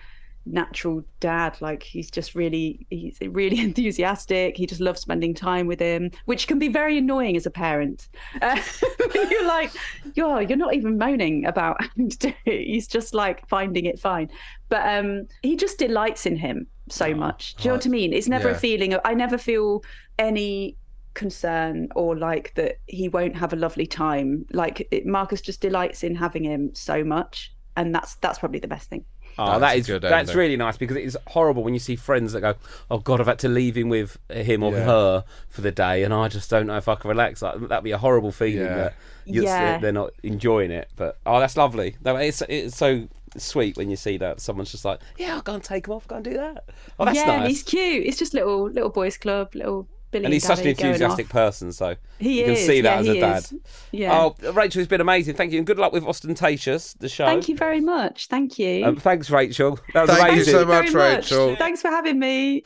Speaker 7: natural dad. Like he's just really he's really *laughs* enthusiastic. He just loves spending time with him, which can be very annoying as a parent. *laughs* Uh, you're like, you're you're not even moaning about *laughs* having to do it. He's just like finding it fine. But um, he just delights in him so much. Do you know what I mean? It's never
Speaker 1: Yeah.
Speaker 7: a feeling of I never feel any concern or like that he won't have a lovely time like it, marcus just delights in having him so much and that's that's probably the best thing
Speaker 6: Oh,
Speaker 1: That's
Speaker 6: that
Speaker 1: a
Speaker 6: is
Speaker 1: good
Speaker 6: that's
Speaker 1: ending.
Speaker 6: really nice because it is horrible when you see friends that go, "Oh God, I've had to leave him with him or
Speaker 1: Yeah.
Speaker 6: her for the day, and I just don't know if I can relax." Like, that'd be a horrible feeling
Speaker 1: Yeah.
Speaker 6: that you're,
Speaker 7: Yeah.
Speaker 6: they're not enjoying it. But oh, that's lovely. No, it's it's so sweet when you see that someone's just like, "Yeah, I'll go and take him off, go and do that." Oh, that's
Speaker 7: yeah and
Speaker 6: nice.
Speaker 7: he's cute it's just little little boys club little billy
Speaker 6: and he's such an
Speaker 7: Daddy going
Speaker 6: enthusiastic
Speaker 7: off.
Speaker 6: person, so
Speaker 7: He
Speaker 6: you can
Speaker 7: is,
Speaker 6: see
Speaker 7: yeah,
Speaker 6: that
Speaker 7: he
Speaker 6: as
Speaker 7: is.
Speaker 6: a dad.
Speaker 7: Yeah.
Speaker 6: Oh, Rachel, it's been amazing. Thank you, and good luck with Ostentatious, the show.
Speaker 7: thank you very much thank you
Speaker 6: Um, thanks, Rachel. That was
Speaker 1: Thank you
Speaker 6: amazing.
Speaker 1: so much,
Speaker 7: very much.
Speaker 1: Rachel.
Speaker 7: thanks for having me